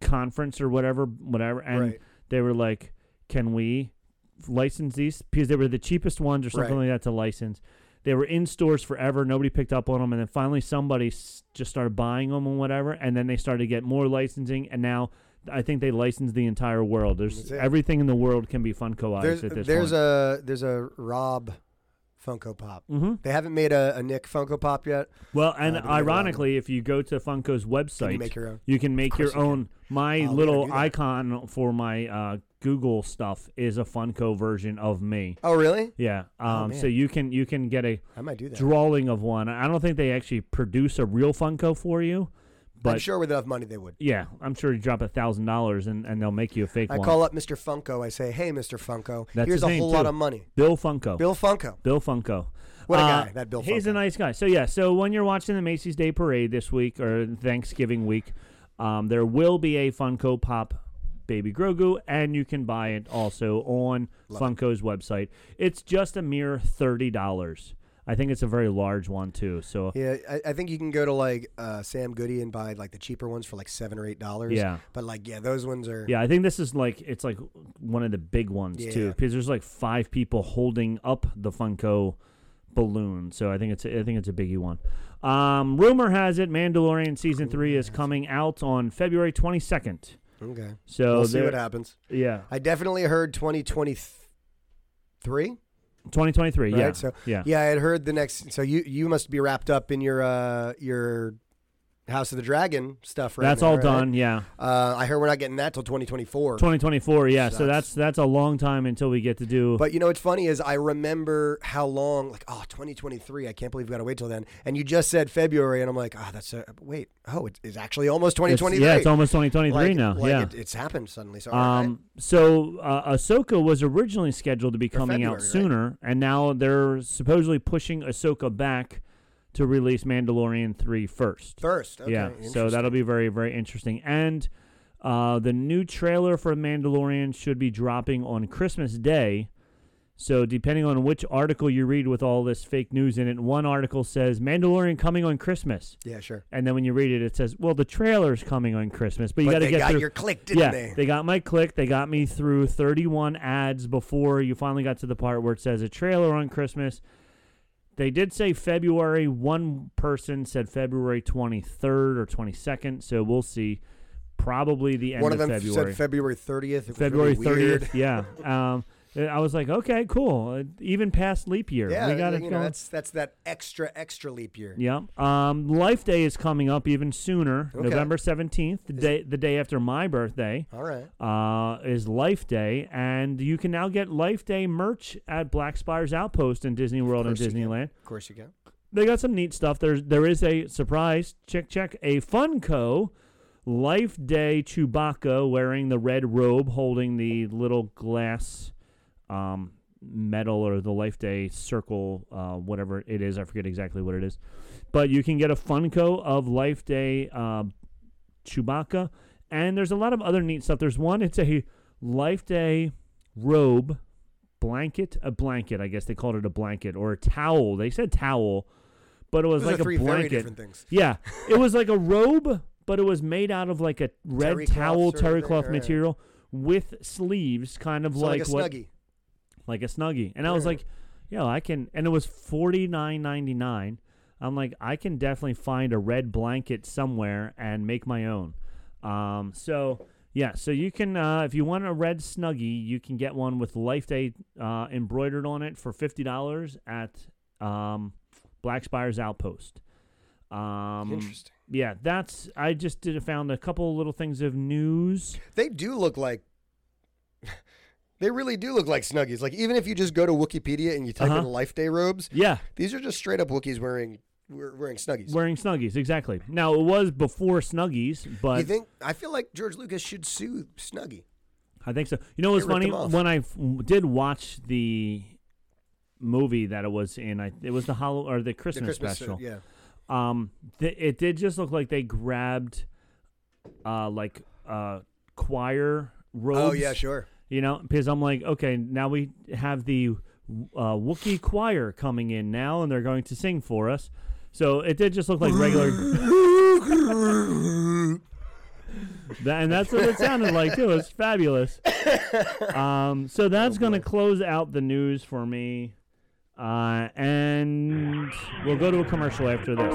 Speaker 1: conference or whatever whatever and
Speaker 2: Right.
Speaker 1: they were like, Can we license these? Because they were the cheapest ones or something
Speaker 2: Right.
Speaker 1: like that to license. They were in stores forever. Nobody picked up on them, and then finally somebody s- just started buying them and whatever. And then they started to get more licensing, and now I think they license the entire world. There's
Speaker 2: That's it.
Speaker 1: everything in the world can be Funko
Speaker 2: There's,
Speaker 1: eyes at this
Speaker 2: there's
Speaker 1: point.
Speaker 2: a there's a Rob Funko Pop.
Speaker 1: Mhm.
Speaker 2: They haven't made a, a Nick Funko Pop yet.
Speaker 1: well, and
Speaker 2: uh, but we have a lot of
Speaker 1: ironically, if you go to Funko's website,
Speaker 2: make your own?
Speaker 1: you can make your
Speaker 2: course you can. Oh,
Speaker 1: own. My
Speaker 2: gotta do
Speaker 1: little
Speaker 2: that.
Speaker 1: icon for my uh, Google stuff is a Funko version of me.
Speaker 2: Oh, really?
Speaker 1: Yeah. Um, so
Speaker 2: man.
Speaker 1: you can you can get a
Speaker 2: I might do that.
Speaker 1: drawing of one. I don't think they actually produce a real Funko for you,
Speaker 2: I'm
Speaker 1: but
Speaker 2: sure with enough money they would.
Speaker 1: yeah, I'm sure you drop a thousand dollars and and they'll make you a fake
Speaker 2: I
Speaker 1: one.
Speaker 2: call up Mr. Funko. I say, "Hey, Mr. Funko,
Speaker 1: That's
Speaker 2: here's
Speaker 1: his
Speaker 2: a
Speaker 1: name,
Speaker 2: whole
Speaker 1: too.
Speaker 2: lot of money."
Speaker 1: Bill Funko.
Speaker 2: Bill Funko.
Speaker 1: Bill Funko. Uh,
Speaker 2: What a guy, that Bill
Speaker 1: He's a
Speaker 2: Funko.
Speaker 1: nice guy. So yeah, so when you're watching the Macy's Day Parade this week or Thanksgiving week, um, there will be a Funko Pop Baby Grogu, and you can buy it also on Funko's website. It's just a mere thirty dollars. I think it's a very large one too. So
Speaker 2: Yeah, I, I think you can go to like uh, Sam Goody and buy like the cheaper ones for like seven or eight dollars.
Speaker 1: Yeah.
Speaker 2: but like yeah, those ones are.
Speaker 1: Yeah, I think this is like it's like one of the big ones
Speaker 2: Yeah.
Speaker 1: too, because there's like five people holding up the Funko balloon. So I think it's a, I think it's a biggie one. Um, rumor has it Mandalorian season three is coming out on February 22nd.
Speaker 2: Okay.
Speaker 1: So
Speaker 2: we'll see
Speaker 1: there-
Speaker 2: what happens.
Speaker 1: yeah,
Speaker 2: I definitely heard 2023.
Speaker 1: 2023.
Speaker 2: Right.
Speaker 1: Yeah,
Speaker 2: So
Speaker 1: yeah,
Speaker 2: I had heard the next. So you you must be wrapped up in your uh your House of the Dragon stuff right
Speaker 1: That's
Speaker 2: now,
Speaker 1: all
Speaker 2: right?
Speaker 1: done. Yeah,
Speaker 2: Uh, I heard we're not getting that till 2024.
Speaker 1: 2024. Yeah, so
Speaker 2: Sucks.
Speaker 1: that's that's a long time until we get to do.
Speaker 2: But you know what's funny is I remember how long, like, oh, 2023, I can't believe we got to wait till then. And you just said February, and I'm like, ah, that's a, wait, oh, it's, it's actually almost
Speaker 1: It's-
Speaker 2: 2023.
Speaker 1: yeah, it's almost 2023
Speaker 2: Like-
Speaker 1: now.
Speaker 2: like
Speaker 1: yeah,
Speaker 2: it- it's happened suddenly. So, alright.
Speaker 1: Um, so uh, Ahsoka was originally scheduled to be coming out
Speaker 2: February,
Speaker 1: sooner, and now they're supposedly pushing Ahsoka back to release Mandalorian 3 first.
Speaker 2: first. Okay,
Speaker 1: yeah, so
Speaker 2: interesting.
Speaker 1: that'll be very, very interesting. And uh, the new trailer for Mandalorian should be dropping on Christmas Day. So, depending on which article you read with all this fake news in it, one article says Mandalorian coming on Christmas.
Speaker 2: Yeah, sure.
Speaker 1: And then when you read it, it says, well, the trailer's coming on Christmas, but you got
Speaker 2: But
Speaker 1: to
Speaker 2: they
Speaker 1: get
Speaker 2: got
Speaker 1: through
Speaker 2: your click, didn't
Speaker 1: yeah,
Speaker 2: they?
Speaker 1: got my click. They got me through 31 ads before you finally got to the part where it says a trailer on Christmas. They did say February. One person said February 23rd or 22nd, so we'll see. Probably the end
Speaker 2: One of them
Speaker 1: February.
Speaker 2: said February 30th. It was
Speaker 1: February
Speaker 2: really weird.
Speaker 1: 30th. Yeah. Um, I was like, okay, cool. Uh, Even past leap year,
Speaker 2: Yeah,
Speaker 1: we got it
Speaker 2: you know,
Speaker 1: going.
Speaker 2: that's that's that extra extra leap year.
Speaker 1: Yeah. Um, Life Day is coming up even sooner,
Speaker 2: Okay.
Speaker 1: November 17th, the day the day after my birthday.
Speaker 2: All right.
Speaker 1: uh, is Life Day, and you can now get Life Day merch at Black Spire's Outpost in Disney World and
Speaker 2: course you can.
Speaker 1: Disneyland.
Speaker 2: Of course you go.
Speaker 1: They got some neat stuff. There's there is a surprise check check a Funko Life Day Chewbacca wearing the red robe, holding the little glass um, medal or the Life Day circle, uh, whatever it is. I forget exactly what it is, but you can get a Funko of Life Day uh, Chewbacca, and there's a lot of other neat stuff. There's one. It's a Life Day robe blanket, a blanket. I guess they called it a blanket or a towel. They said towel, but it was
Speaker 2: Those
Speaker 1: like
Speaker 2: are three
Speaker 1: a blanket.
Speaker 2: very different things.
Speaker 1: Yeah, it was like a robe, but it was made out of like a red
Speaker 2: Terry cloth
Speaker 1: towel,
Speaker 2: sort of
Speaker 1: terry
Speaker 2: thing,
Speaker 1: cloth
Speaker 2: right.
Speaker 1: material with sleeves, kind of
Speaker 2: So
Speaker 1: like,
Speaker 2: like, a
Speaker 1: what,
Speaker 2: snuggie.
Speaker 1: like a snuggie. And I was
Speaker 2: Yeah.
Speaker 1: like, yo, I can. And it was forty nine ninety nine. I'm like, I can definitely find a red blanket somewhere and make my own. Um, so yeah, so you can uh, if you want a red snuggie, you can get one with Life Day uh, embroidered on it for fifty dollars at um, Black Spires Outpost. Um,
Speaker 2: Interesting.
Speaker 1: Yeah, that's I just did found a couple little things of news.
Speaker 2: They do look like. They really do look like snuggies. Like even if you just go to Wikipedia and you type in
Speaker 1: Uh-huh.
Speaker 2: Life Day robes,
Speaker 1: Yeah,
Speaker 2: these are just straight up Wookiees wearing wear- wearing snuggies.
Speaker 1: wearing snuggies exactly. Now it was before snuggies, but
Speaker 2: you think? I feel like George Lucas should sue Snuggie.
Speaker 1: I think so. You know what's
Speaker 2: They ripped
Speaker 1: funny?
Speaker 2: them off.
Speaker 1: When I f- did watch the movie that it was in, I, it was the Hollow or the Christmas, special.
Speaker 2: yeah.
Speaker 1: Um, th- it did just look like they grabbed, uh, like uh, choir robes.
Speaker 2: Oh yeah, sure.
Speaker 1: You know, because I'm like, okay, now we have the uh, Wookiee choir coming in now, and they're going to sing for us. So it did just look like regular. That- and that's what it sounded like too. It's fabulous. Um, so
Speaker 2: Oh,
Speaker 1: that's going to close out the news for me, uh, and we'll go to a commercial after this.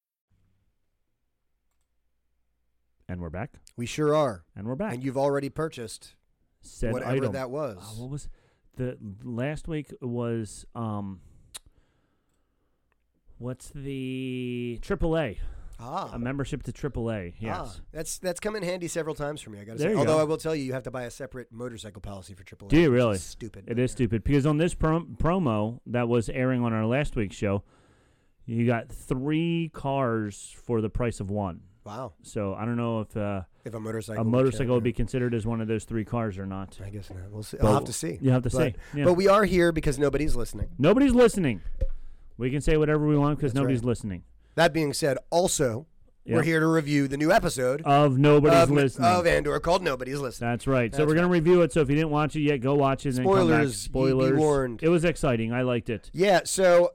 Speaker 1: And we're back.
Speaker 2: We sure are.
Speaker 1: And we're back.
Speaker 2: And you've already purchased.
Speaker 1: Said
Speaker 2: whatever
Speaker 1: item.
Speaker 2: that was.
Speaker 1: Uh, what was the last week was um what's the AAA?
Speaker 2: Ah.
Speaker 1: A membership to AAA.
Speaker 2: Ah,
Speaker 1: Yes.
Speaker 2: that's that's come in handy several times for me. I gotta
Speaker 1: There
Speaker 2: say.
Speaker 1: you
Speaker 2: Although
Speaker 1: go.
Speaker 2: I will tell you, you have to buy a separate motorcycle policy for AAA.
Speaker 1: Do you
Speaker 2: which is
Speaker 1: really?
Speaker 2: Stupid.
Speaker 1: It is stupid because on this prom- promo that was airing on our last week's show, you got three cars for the price of one.
Speaker 2: Wow.
Speaker 1: So I don't know if uh,
Speaker 2: If a motorcycle.
Speaker 1: a
Speaker 2: would
Speaker 1: motorcycle would be
Speaker 2: count,
Speaker 1: considered as one of those three cars or not.
Speaker 2: yeah. I guess not. We'll see.
Speaker 1: But
Speaker 2: I'll have to see.
Speaker 1: you have to
Speaker 2: but,
Speaker 1: see, yeah.
Speaker 2: But we are here because nobody's listening.
Speaker 1: Nobody's listening. We can say whatever we want because nobody's
Speaker 2: right.
Speaker 1: listening.
Speaker 2: That being said, also
Speaker 1: Yeah.
Speaker 2: we're here to review the new episode
Speaker 1: Of nobody's
Speaker 2: of,
Speaker 1: listening.
Speaker 2: of Andor called "Nobody's Listening."
Speaker 1: That's right. so
Speaker 2: That's
Speaker 1: we're gonna review it. So if you didn't watch it yet, go watch it. And Then come back.
Speaker 2: Spoilers, ye be
Speaker 1: Spoilers.
Speaker 2: warned.
Speaker 1: It was exciting. I liked it.
Speaker 2: Yeah, so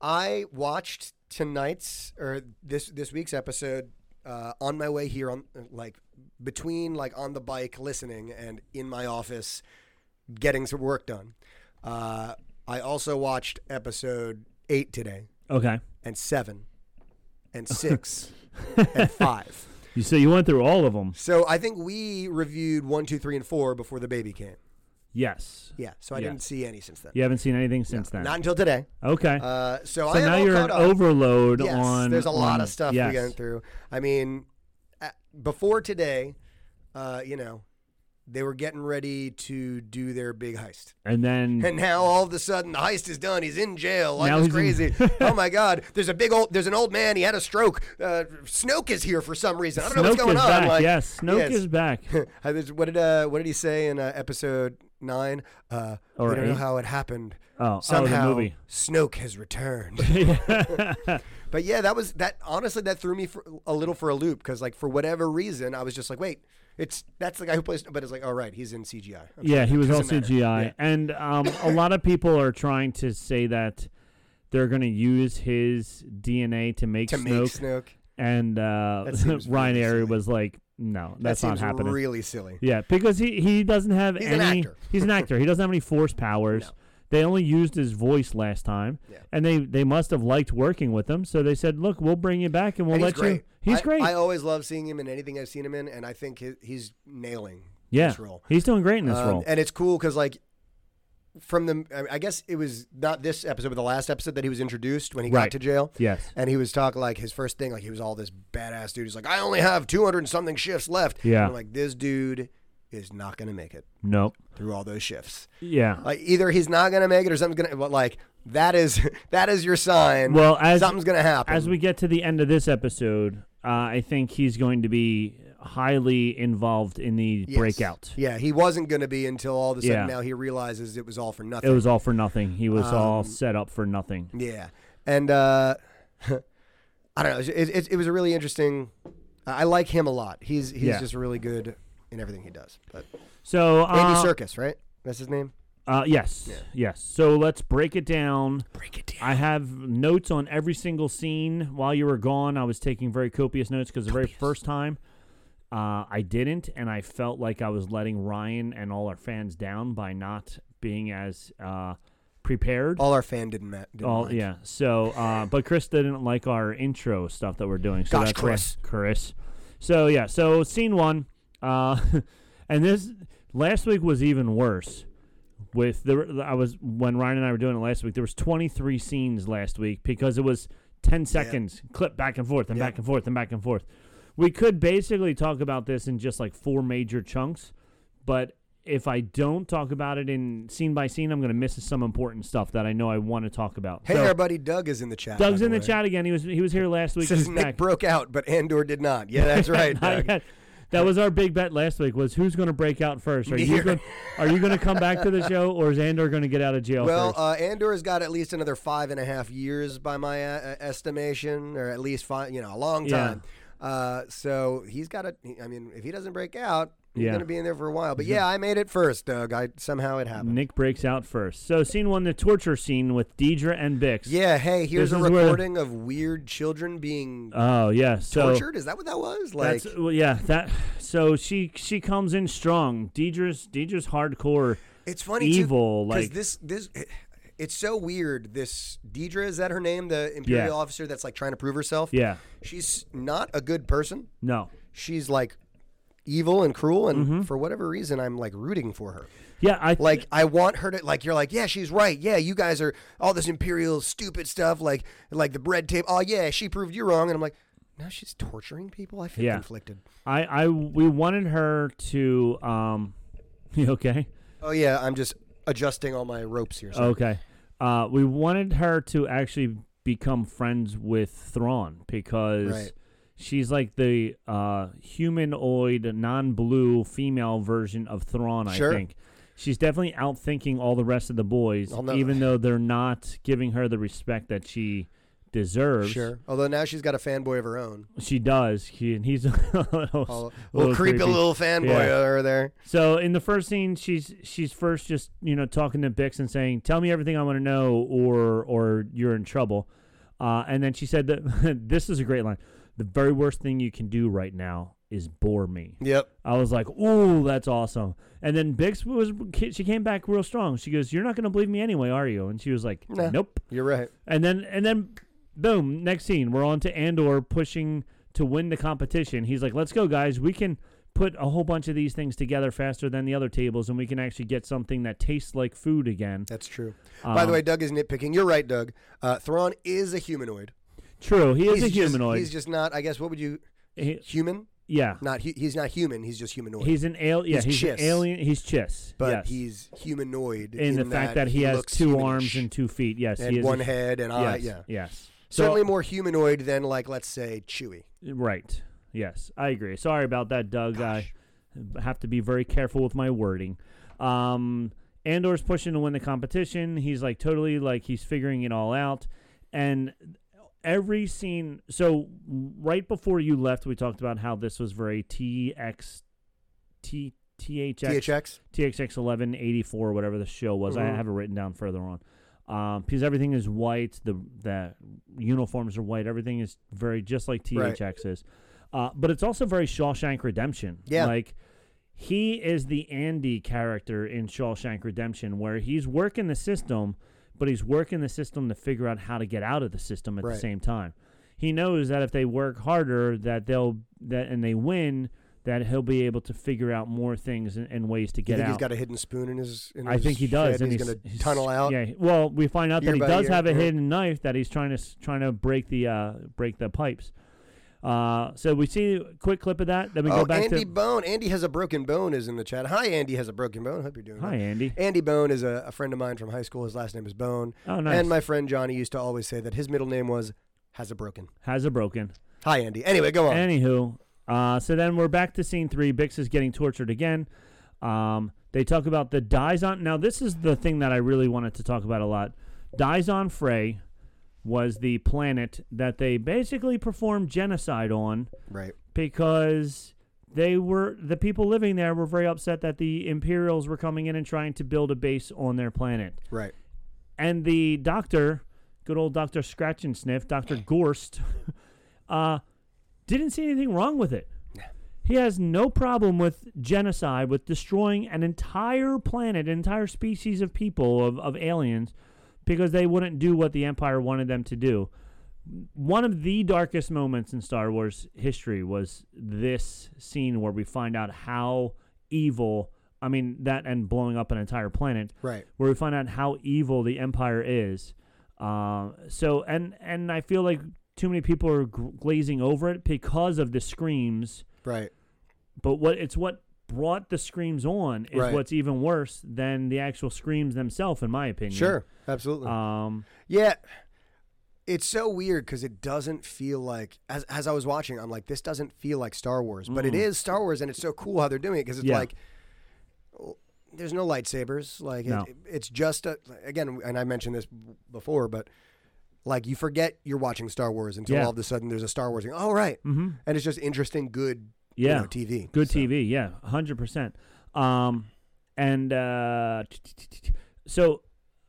Speaker 2: I watched tonight's or this this week's episode uh, on my way here on like between like on the bike listening and in my office getting some work done. Uh, I also watched episode eight today
Speaker 1: Okay.
Speaker 2: and seven and six and five.
Speaker 1: You so you went through all of them.
Speaker 2: So I think we reviewed one, two, three, and four before the baby came.
Speaker 1: Yes.
Speaker 2: Yeah, so I
Speaker 1: Yeah.
Speaker 2: didn't see any since then.
Speaker 1: You haven't seen anything since then.
Speaker 2: Not until today.
Speaker 1: okay.
Speaker 2: Uh, so
Speaker 1: so
Speaker 2: I am
Speaker 1: now
Speaker 2: all
Speaker 1: you're
Speaker 2: caught
Speaker 1: an
Speaker 2: up.
Speaker 1: overload
Speaker 2: yes,
Speaker 1: on.
Speaker 2: There's a lot
Speaker 1: on-
Speaker 2: of stuff
Speaker 1: yes.
Speaker 2: we're going through. I mean, uh, before today, uh, you know, they were getting ready to do their big heist.
Speaker 1: And then
Speaker 2: And now all of a sudden the heist is done. He's in jail. Life
Speaker 1: Now
Speaker 2: is
Speaker 1: he's
Speaker 2: crazy.
Speaker 1: in-
Speaker 2: oh my God! There's a big old. There's an old man. He had a stroke. Uh, Snoke is here for some reason. I don't know
Speaker 1: Snoke
Speaker 2: what's going
Speaker 1: is
Speaker 2: on. I'm
Speaker 1: back.
Speaker 2: like,
Speaker 1: yes, Snoke
Speaker 2: yes.
Speaker 1: is back.
Speaker 2: I was- what did uh, what did he say in uh, episode nine? Uh,
Speaker 1: Or
Speaker 2: we don't know
Speaker 1: eight?
Speaker 2: how it happened.
Speaker 1: Oh, oh, the
Speaker 2: Somehow
Speaker 1: movie.
Speaker 2: Snoke has returned. But yeah, that was that. Honestly, that threw me for, a little for a loop because, like, for whatever reason, I was just like, "Wait, it's that's the guy who plays." But it's like, "All right, he's in CGI." Okay,
Speaker 1: yeah, he was all
Speaker 2: doesn't matter.
Speaker 1: CGI, and um, a lot of people are trying to say that they're going to use his DNA to make
Speaker 2: to
Speaker 1: Snoke,
Speaker 2: make Snoke.
Speaker 1: and uh,
Speaker 2: That seems
Speaker 1: Ryan
Speaker 2: really
Speaker 1: Airy
Speaker 2: silly.
Speaker 1: was like, "No, that's
Speaker 2: that
Speaker 1: not
Speaker 2: seems
Speaker 1: happening."
Speaker 2: Really silly.
Speaker 1: yeah, because he he doesn't have
Speaker 2: He's an
Speaker 1: any.
Speaker 2: actor.
Speaker 1: He's an actor. He doesn't have any force powers.
Speaker 2: No.
Speaker 1: They only used his voice last time,
Speaker 2: Yeah.
Speaker 1: and they, they must have liked working with him. So they said, "Look, we'll bring you back, and we'll
Speaker 2: And
Speaker 1: let
Speaker 2: he's great.
Speaker 1: you." He's
Speaker 2: I,
Speaker 1: great.
Speaker 2: I always love seeing him in anything I've seen him in, and I think he, he's nailing
Speaker 1: yeah,
Speaker 2: this role.
Speaker 1: he's doing great in this
Speaker 2: Um,
Speaker 1: role.
Speaker 2: and it's cool because like. From the, I- I guess it was not this episode, but the last episode that he was introduced when he
Speaker 1: Right.
Speaker 2: got to jail.
Speaker 1: Yes.
Speaker 2: and he was talking like his first thing, like he was all this badass dude. He's like, I only have two hundred and something shifts left.
Speaker 1: Yeah.
Speaker 2: And I'm like this dude is not gonna make it
Speaker 1: Nope.
Speaker 2: through all those shifts.
Speaker 1: Yeah.
Speaker 2: Like either he's not gonna make it or something's gonna. But like that is that is your sign.
Speaker 1: Well, as
Speaker 2: something's gonna happen.
Speaker 1: as we get to the end of this episode, uh, I think he's going to be highly involved in the
Speaker 2: Yes.
Speaker 1: breakout.
Speaker 2: Yeah, he wasn't gonna be until all of a
Speaker 1: Yeah.
Speaker 2: sudden now he realizes it was all for nothing.
Speaker 1: It was all for nothing. He
Speaker 2: Um,
Speaker 1: was all set up for nothing.
Speaker 2: Yeah, and uh, I don't know. It, it, it was a really interesting. I I like him a lot. He's he's
Speaker 1: Yeah.
Speaker 2: just really good in everything he does. But
Speaker 1: So,
Speaker 2: Andy
Speaker 1: uh,
Speaker 2: Circus, right? That's his name.
Speaker 1: uh, yes, yes. So let's break it down.
Speaker 2: Break it down.
Speaker 1: I have notes on every single scene. While you were gone, I was taking very copious notes because the very first time uh, I didn't, and I felt like I was letting Ryan and all our fans down by not being as uh, prepared.
Speaker 2: All our fan didn't, ma- didn't
Speaker 1: Oh
Speaker 2: mind.
Speaker 1: yeah. So, uh, but Chris didn't like our intro stuff that we're doing. So
Speaker 2: Gosh,
Speaker 1: that's why-
Speaker 2: Chris.
Speaker 1: Chris. So yeah. So scene one, uh, and this last week was even worse. With the I was when Ryan and I were doing it last week. There was 23 scenes last week because it was 10 seconds clip back and forth and
Speaker 2: Yeah.
Speaker 1: back and forth and back and forth. We could basically talk about this in just like four major chunks, but if I don't talk about it in scene by scene, I'm going to miss some important stuff that I know I want to talk about.
Speaker 2: Hey,
Speaker 1: So-
Speaker 2: our buddy Doug is in the chat.
Speaker 1: Doug's
Speaker 2: by
Speaker 1: in the
Speaker 2: way.
Speaker 1: chat again. He was he was here last week.
Speaker 2: Says
Speaker 1: He's
Speaker 2: Nick
Speaker 1: back.
Speaker 2: broke out, but Andor did not. Yeah, that's right,
Speaker 1: Not
Speaker 2: Doug.
Speaker 1: yet. That was our big bet last week. Was who's going to break out first? Are you
Speaker 2: Neither.
Speaker 1: going? Are you going to come back to the show, or is Andor going to get out of jail
Speaker 2: Well,
Speaker 1: first?
Speaker 2: uh, Andor's got at least another five and a half years by my uh, estimation, or at least five, you know, a long
Speaker 1: Yeah.
Speaker 2: time. Uh, so he's got to, I mean, if he doesn't break out, he's
Speaker 1: Yeah.
Speaker 2: going to be in there for a while. But yeah. I made it first, Doug. I somehow it happened.
Speaker 1: Nick breaks out first. So scene one, the torture scene with Deidre and Bix.
Speaker 2: Yeah, hey, here's
Speaker 1: This
Speaker 2: a
Speaker 1: is where-
Speaker 2: recording of weird children being
Speaker 1: Oh yeah. So
Speaker 2: tortured. Is that what that was? Like,
Speaker 1: that's well, yeah. That so she she comes in strong. Deidre's Deidre's hardcore.
Speaker 2: It's funny
Speaker 1: evil,
Speaker 2: too, 'cause
Speaker 1: like-
Speaker 2: this this it's so weird. This Deidre is that her name, the imperial
Speaker 1: Yeah.
Speaker 2: officer that's like trying to prove herself.
Speaker 1: Yeah.
Speaker 2: she's not a good person.
Speaker 1: No.
Speaker 2: She's like evil and cruel, and
Speaker 1: Mm-hmm.
Speaker 2: for whatever reason, I'm like rooting for her.
Speaker 1: Yeah. I
Speaker 2: Like I want her to like you're like yeah she's right yeah you guys are all this imperial stupid stuff like like the bread tape oh yeah she proved you wrong and I'm like now she's torturing people I feel
Speaker 1: Yeah.
Speaker 2: conflicted
Speaker 1: I I we wanted her to um. You okay?
Speaker 2: oh yeah I'm just adjusting all my ropes here so
Speaker 1: Okay. Uh, we wanted her to actually become friends with Thrawn because
Speaker 2: Right.
Speaker 1: she's like the uh, humanoid, non blue female version of Thrawn,
Speaker 2: Sure.
Speaker 1: I think. She's definitely outthinking all the rest of the boys,
Speaker 2: Oh, no.
Speaker 1: even though they're not giving her the respect that she deserves.
Speaker 2: sure although now she's got a fanboy of her own
Speaker 1: She does. He, and he's a little,
Speaker 2: All,
Speaker 1: little
Speaker 2: little creepy, little fanboy
Speaker 1: Yeah.
Speaker 2: over there.
Speaker 1: So in the first scene, she's she's first just you know talking to Bix and saying, "Tell me everything I want to know, or or you're in trouble." Uh, and then she said that this is a great line. The very worst thing you can do right now is bore me.
Speaker 2: Yep.
Speaker 1: I was like, "Ooh, that's awesome!" And then Bix was she came back real strong. She goes, "You're not going to believe me anyway, are you?" And she was like,
Speaker 2: Nah.
Speaker 1: "Nope."
Speaker 2: You're right.
Speaker 1: And then and then boom, next scene, we're on to Andor pushing to win the competition. He's like, "Let's go, guys. We can put a whole bunch of these things together faster than the other tables and we can actually get something that tastes like food again."
Speaker 2: That's true. By
Speaker 1: Um,
Speaker 2: the way, Doug is nitpicking. You're right, Doug. Uh, Thrawn is a humanoid.
Speaker 1: True, he is
Speaker 2: he's
Speaker 1: a humanoid.
Speaker 2: Just, he's just not. I guess what would you?
Speaker 1: He-
Speaker 2: Human?
Speaker 1: yeah.
Speaker 2: Not. Hu- he's not human. He's just humanoid.
Speaker 1: He's an alien. Yeah,
Speaker 2: He's
Speaker 1: he's, an
Speaker 2: Chiss.
Speaker 1: alien. He's Chiss.
Speaker 2: but
Speaker 1: yes.
Speaker 2: he's humanoid
Speaker 1: in, the fact that he, has
Speaker 2: looks
Speaker 1: two
Speaker 2: humanish
Speaker 1: arms and two feet. Yes,
Speaker 2: and
Speaker 1: he is a-
Speaker 2: one head and eye.
Speaker 1: Yes.
Speaker 2: Yeah.
Speaker 1: Yes. So-
Speaker 2: Certainly more humanoid than like let's say Chewy.
Speaker 1: Right. Yes, I agree. Sorry about that, Doug. I have to be very careful with my wording. Um, Andor's pushing to win the competition. He's like totally like he's figuring it all out, and every scene. So right before you left, we talked about how this was very TX, T, THX,
Speaker 2: THX.
Speaker 1: THX eleven eighty four, whatever the show was. I
Speaker 2: Mm-hmm.
Speaker 1: have it written down further on. Um, because everything is white, the the uniforms are white. Everything is very just like
Speaker 2: Right.
Speaker 1: THX is, uh, but it's also very Shawshank Redemption.
Speaker 2: Yeah.
Speaker 1: like he is the Andy character in Shawshank Redemption, where he's working the system, but he's working the system to figure out how to get out of the system at
Speaker 2: Right.
Speaker 1: the same time. He knows that if they work harder, that they'll that and they win, that he'll be able to figure out more things and, and ways to
Speaker 2: You
Speaker 1: get
Speaker 2: think
Speaker 1: out.
Speaker 2: he's got a hidden spoon in his? In
Speaker 1: I
Speaker 2: his
Speaker 1: think he does,
Speaker 2: shed
Speaker 1: and
Speaker 2: he's,
Speaker 1: he's,
Speaker 2: going to tunnel out.
Speaker 1: Yeah. Well, we find out
Speaker 2: Year
Speaker 1: that he
Speaker 2: by
Speaker 1: does
Speaker 2: year,
Speaker 1: have a
Speaker 2: yeah.
Speaker 1: hidden knife that he's trying to s- trying to break the uh, break the pipes. Uh, so we see a quick clip of that. Then we
Speaker 2: oh,
Speaker 1: go back
Speaker 2: Andy
Speaker 1: to
Speaker 2: Bone. Andy has a broken bone is in the chat. Hi, Andy has a broken bone. Hope you're doing
Speaker 1: hi
Speaker 2: well.
Speaker 1: Andy.
Speaker 2: Andy Bone is a, a friend of mine from high school. His last name is Bone.
Speaker 1: Oh, nice.
Speaker 2: And my friend Johnny used to always say that his middle name was Has a Broken.
Speaker 1: Has a broken.
Speaker 2: Hi, Andy. Anyway, go on.
Speaker 1: Anywho, uh, so then we're back to scene three. Bix is getting tortured again. Um, they talk about the Dizon. Now, this is the thing that I really wanted to talk about a lot. Dizon Frey was the planet that they basically performed genocide on
Speaker 2: right.
Speaker 1: because they were the people living there were very upset that the Imperials were coming in and trying to build a base on their planet.
Speaker 2: Right.
Speaker 1: And the doctor, good old Doctor Scratch and Sniff, Doctor Gorst, uh, didn't see anything wrong with it. He has no problem with genocide, with destroying an entire planet, an entire species of people, of, of aliens, because they wouldn't do what the Empire wanted them to do. One of the darkest moments in Star Wars history was this scene where we find out how evil, I mean, that and blowing up an entire planet,
Speaker 2: Right.
Speaker 1: where we find out how evil the Empire is. Um, so, and, and I feel like too many people are gr- glazing over it because of the screams
Speaker 2: Right.
Speaker 1: but what it's what brought the screams on is
Speaker 2: Right.
Speaker 1: what's even worse than the actual screams themselves in my opinion
Speaker 2: Sure. Absolutely.
Speaker 1: um
Speaker 2: yeah. it's so weird because it doesn't feel like as as I was watching, I'm like, this doesn't feel like Star Wars, but it is Star Wars, and it's so cool how they're doing it because it's
Speaker 1: Mm. Yeah.
Speaker 2: like there's no lightsabers, like
Speaker 1: No.
Speaker 2: it, it's just a, again, and I mentioned this before, but like you forget you're watching Star Wars until
Speaker 1: Yeah.
Speaker 2: all of a sudden there's a Star Wars. Thing. Oh right, mm-hmm. and it's just interesting, good, you
Speaker 1: Yeah.
Speaker 2: know, TV,
Speaker 1: Good
Speaker 2: So-
Speaker 1: TV, yeah, hundred percent. Um, and uh, t- t- t- t- so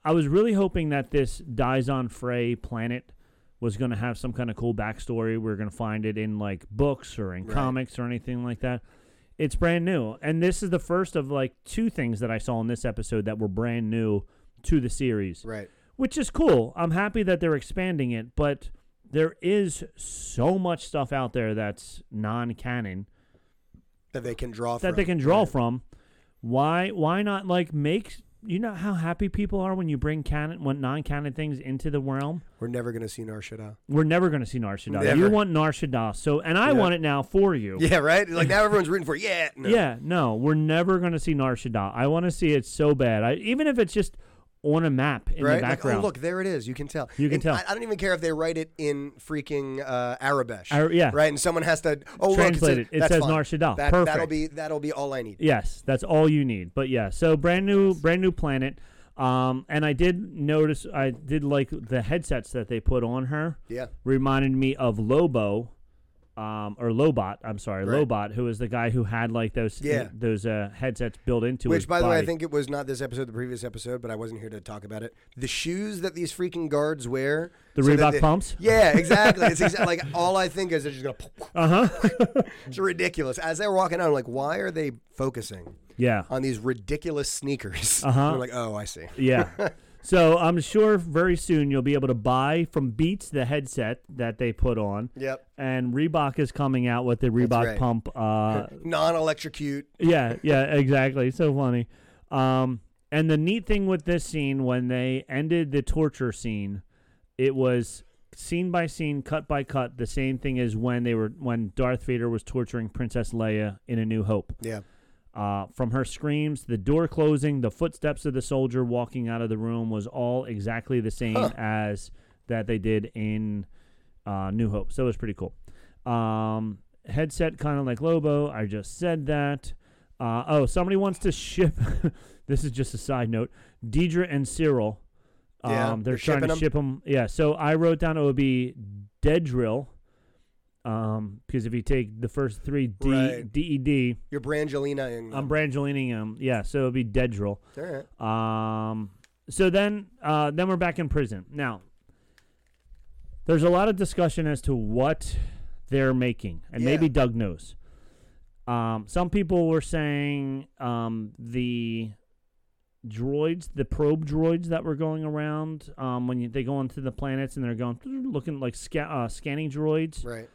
Speaker 1: I was really hoping that this Dizon Frey planet was going to have some kind of cool backstory. We are going to find it in like books or in
Speaker 2: Right.
Speaker 1: comics or anything like that. It's brand new, and this is the first of like two things that I saw in this episode that were brand new to the series
Speaker 2: Right.
Speaker 1: which is cool. I'm happy that they're expanding it, but there is so much stuff out there that's non-canon
Speaker 2: That they can draw
Speaker 1: that
Speaker 2: from.
Speaker 1: they can draw
Speaker 2: Right.
Speaker 1: from. Why why not like make you know how happy people are when you bring canon when non-canon things into the realm?
Speaker 2: We're never gonna see Nar Shaddaa.
Speaker 1: We're never going to see Nar Shaddaa.
Speaker 2: Never.
Speaker 1: You want Nar Shaddaa. So and I
Speaker 2: Yeah.
Speaker 1: want it now for you.
Speaker 2: Yeah, right. Like now everyone's rooting for it. yeah, no.
Speaker 1: Yeah, no, we're never going to see Nar Shaddaa. I want to see it so bad. I, even if it's just on a map in
Speaker 2: right?
Speaker 1: the
Speaker 2: Like,
Speaker 1: background.
Speaker 2: oh, look, there it is. You can tell.
Speaker 1: You can
Speaker 2: And
Speaker 1: tell.
Speaker 2: I, I don't even care if they write it in freaking uh, Arabish.
Speaker 1: Ar- yeah.
Speaker 2: Right, and someone has to oh
Speaker 1: Translate
Speaker 2: look,
Speaker 1: it. It
Speaker 2: that's
Speaker 1: says
Speaker 2: fine.
Speaker 1: Nar Shaddaa.
Speaker 2: That, That'll
Speaker 1: Perfect.
Speaker 2: be that'll be all I need.
Speaker 1: Yes, that's all you need. But yeah, so brand new, brand new planet. Um, and I did notice, I did like the headsets that they put on her.
Speaker 2: Yeah.
Speaker 1: reminded me of Lobo, um, or Lobot. I'm sorry,
Speaker 2: Right.
Speaker 1: Lobot, who was the guy who had like those
Speaker 2: Yeah.
Speaker 1: those uh, headsets built into his
Speaker 2: Which, by the way, I
Speaker 1: body.
Speaker 2: think it was not this episode, the previous episode, but I wasn't here to talk about it. The shoes that these freaking guards wear.
Speaker 1: The
Speaker 2: that
Speaker 1: Reebok
Speaker 2: they-
Speaker 1: pumps?
Speaker 2: Yeah, exactly. It's exa- like all I think is they're just gonna. Uh
Speaker 1: Uh-huh.
Speaker 2: huh. it's ridiculous. As they were walking out, I'm like, why are they focusing
Speaker 1: yeah,
Speaker 2: on these ridiculous sneakers?
Speaker 1: Uh-huh.
Speaker 2: I'm like, oh, I see.
Speaker 1: yeah. So I'm sure very soon you'll be able to buy from Beats the headset that they put on.
Speaker 2: Yep.
Speaker 1: And Reebok is coming out with the Reebok
Speaker 2: right.
Speaker 1: pump uh,
Speaker 2: Non-electrocute.
Speaker 1: yeah, yeah, exactly. So funny. Um, and the neat thing with this scene, when they ended the torture scene, it was scene by scene, cut by cut, the same thing as when they were when Darth Vader was torturing Princess Leia in A New Hope.
Speaker 2: Yeah.
Speaker 1: Uh, from her screams, the door closing, the footsteps of the soldier walking out of the room was all exactly the same as that they did in uh, New Hope. So it was pretty cool. Um, headset kind of like Lobo. I just said that. Uh, oh, somebody wants to ship. this is just a side note. Deidre and Cyril. Um,
Speaker 2: Yeah,
Speaker 1: they're,
Speaker 2: they're
Speaker 1: trying to
Speaker 2: shipping 'em.
Speaker 1: ship them. Yeah. So I wrote down it would be Dedril. Um, because if you take the first three D
Speaker 2: Right.
Speaker 1: D E D,
Speaker 2: Your Brangelina and
Speaker 1: I'm Brangelini him. Yeah, so it'll be Dedril.
Speaker 2: all right.
Speaker 1: Um, so then, uh, then we're back in prison. Now, there's a lot of discussion as to what they're making, and
Speaker 2: Yeah.
Speaker 1: maybe Doug knows. Um, some people were saying um, the droids, the probe droids that were going around um, when you, they go onto the planets and they're going looking like sca- uh, scanning droids.
Speaker 2: Right.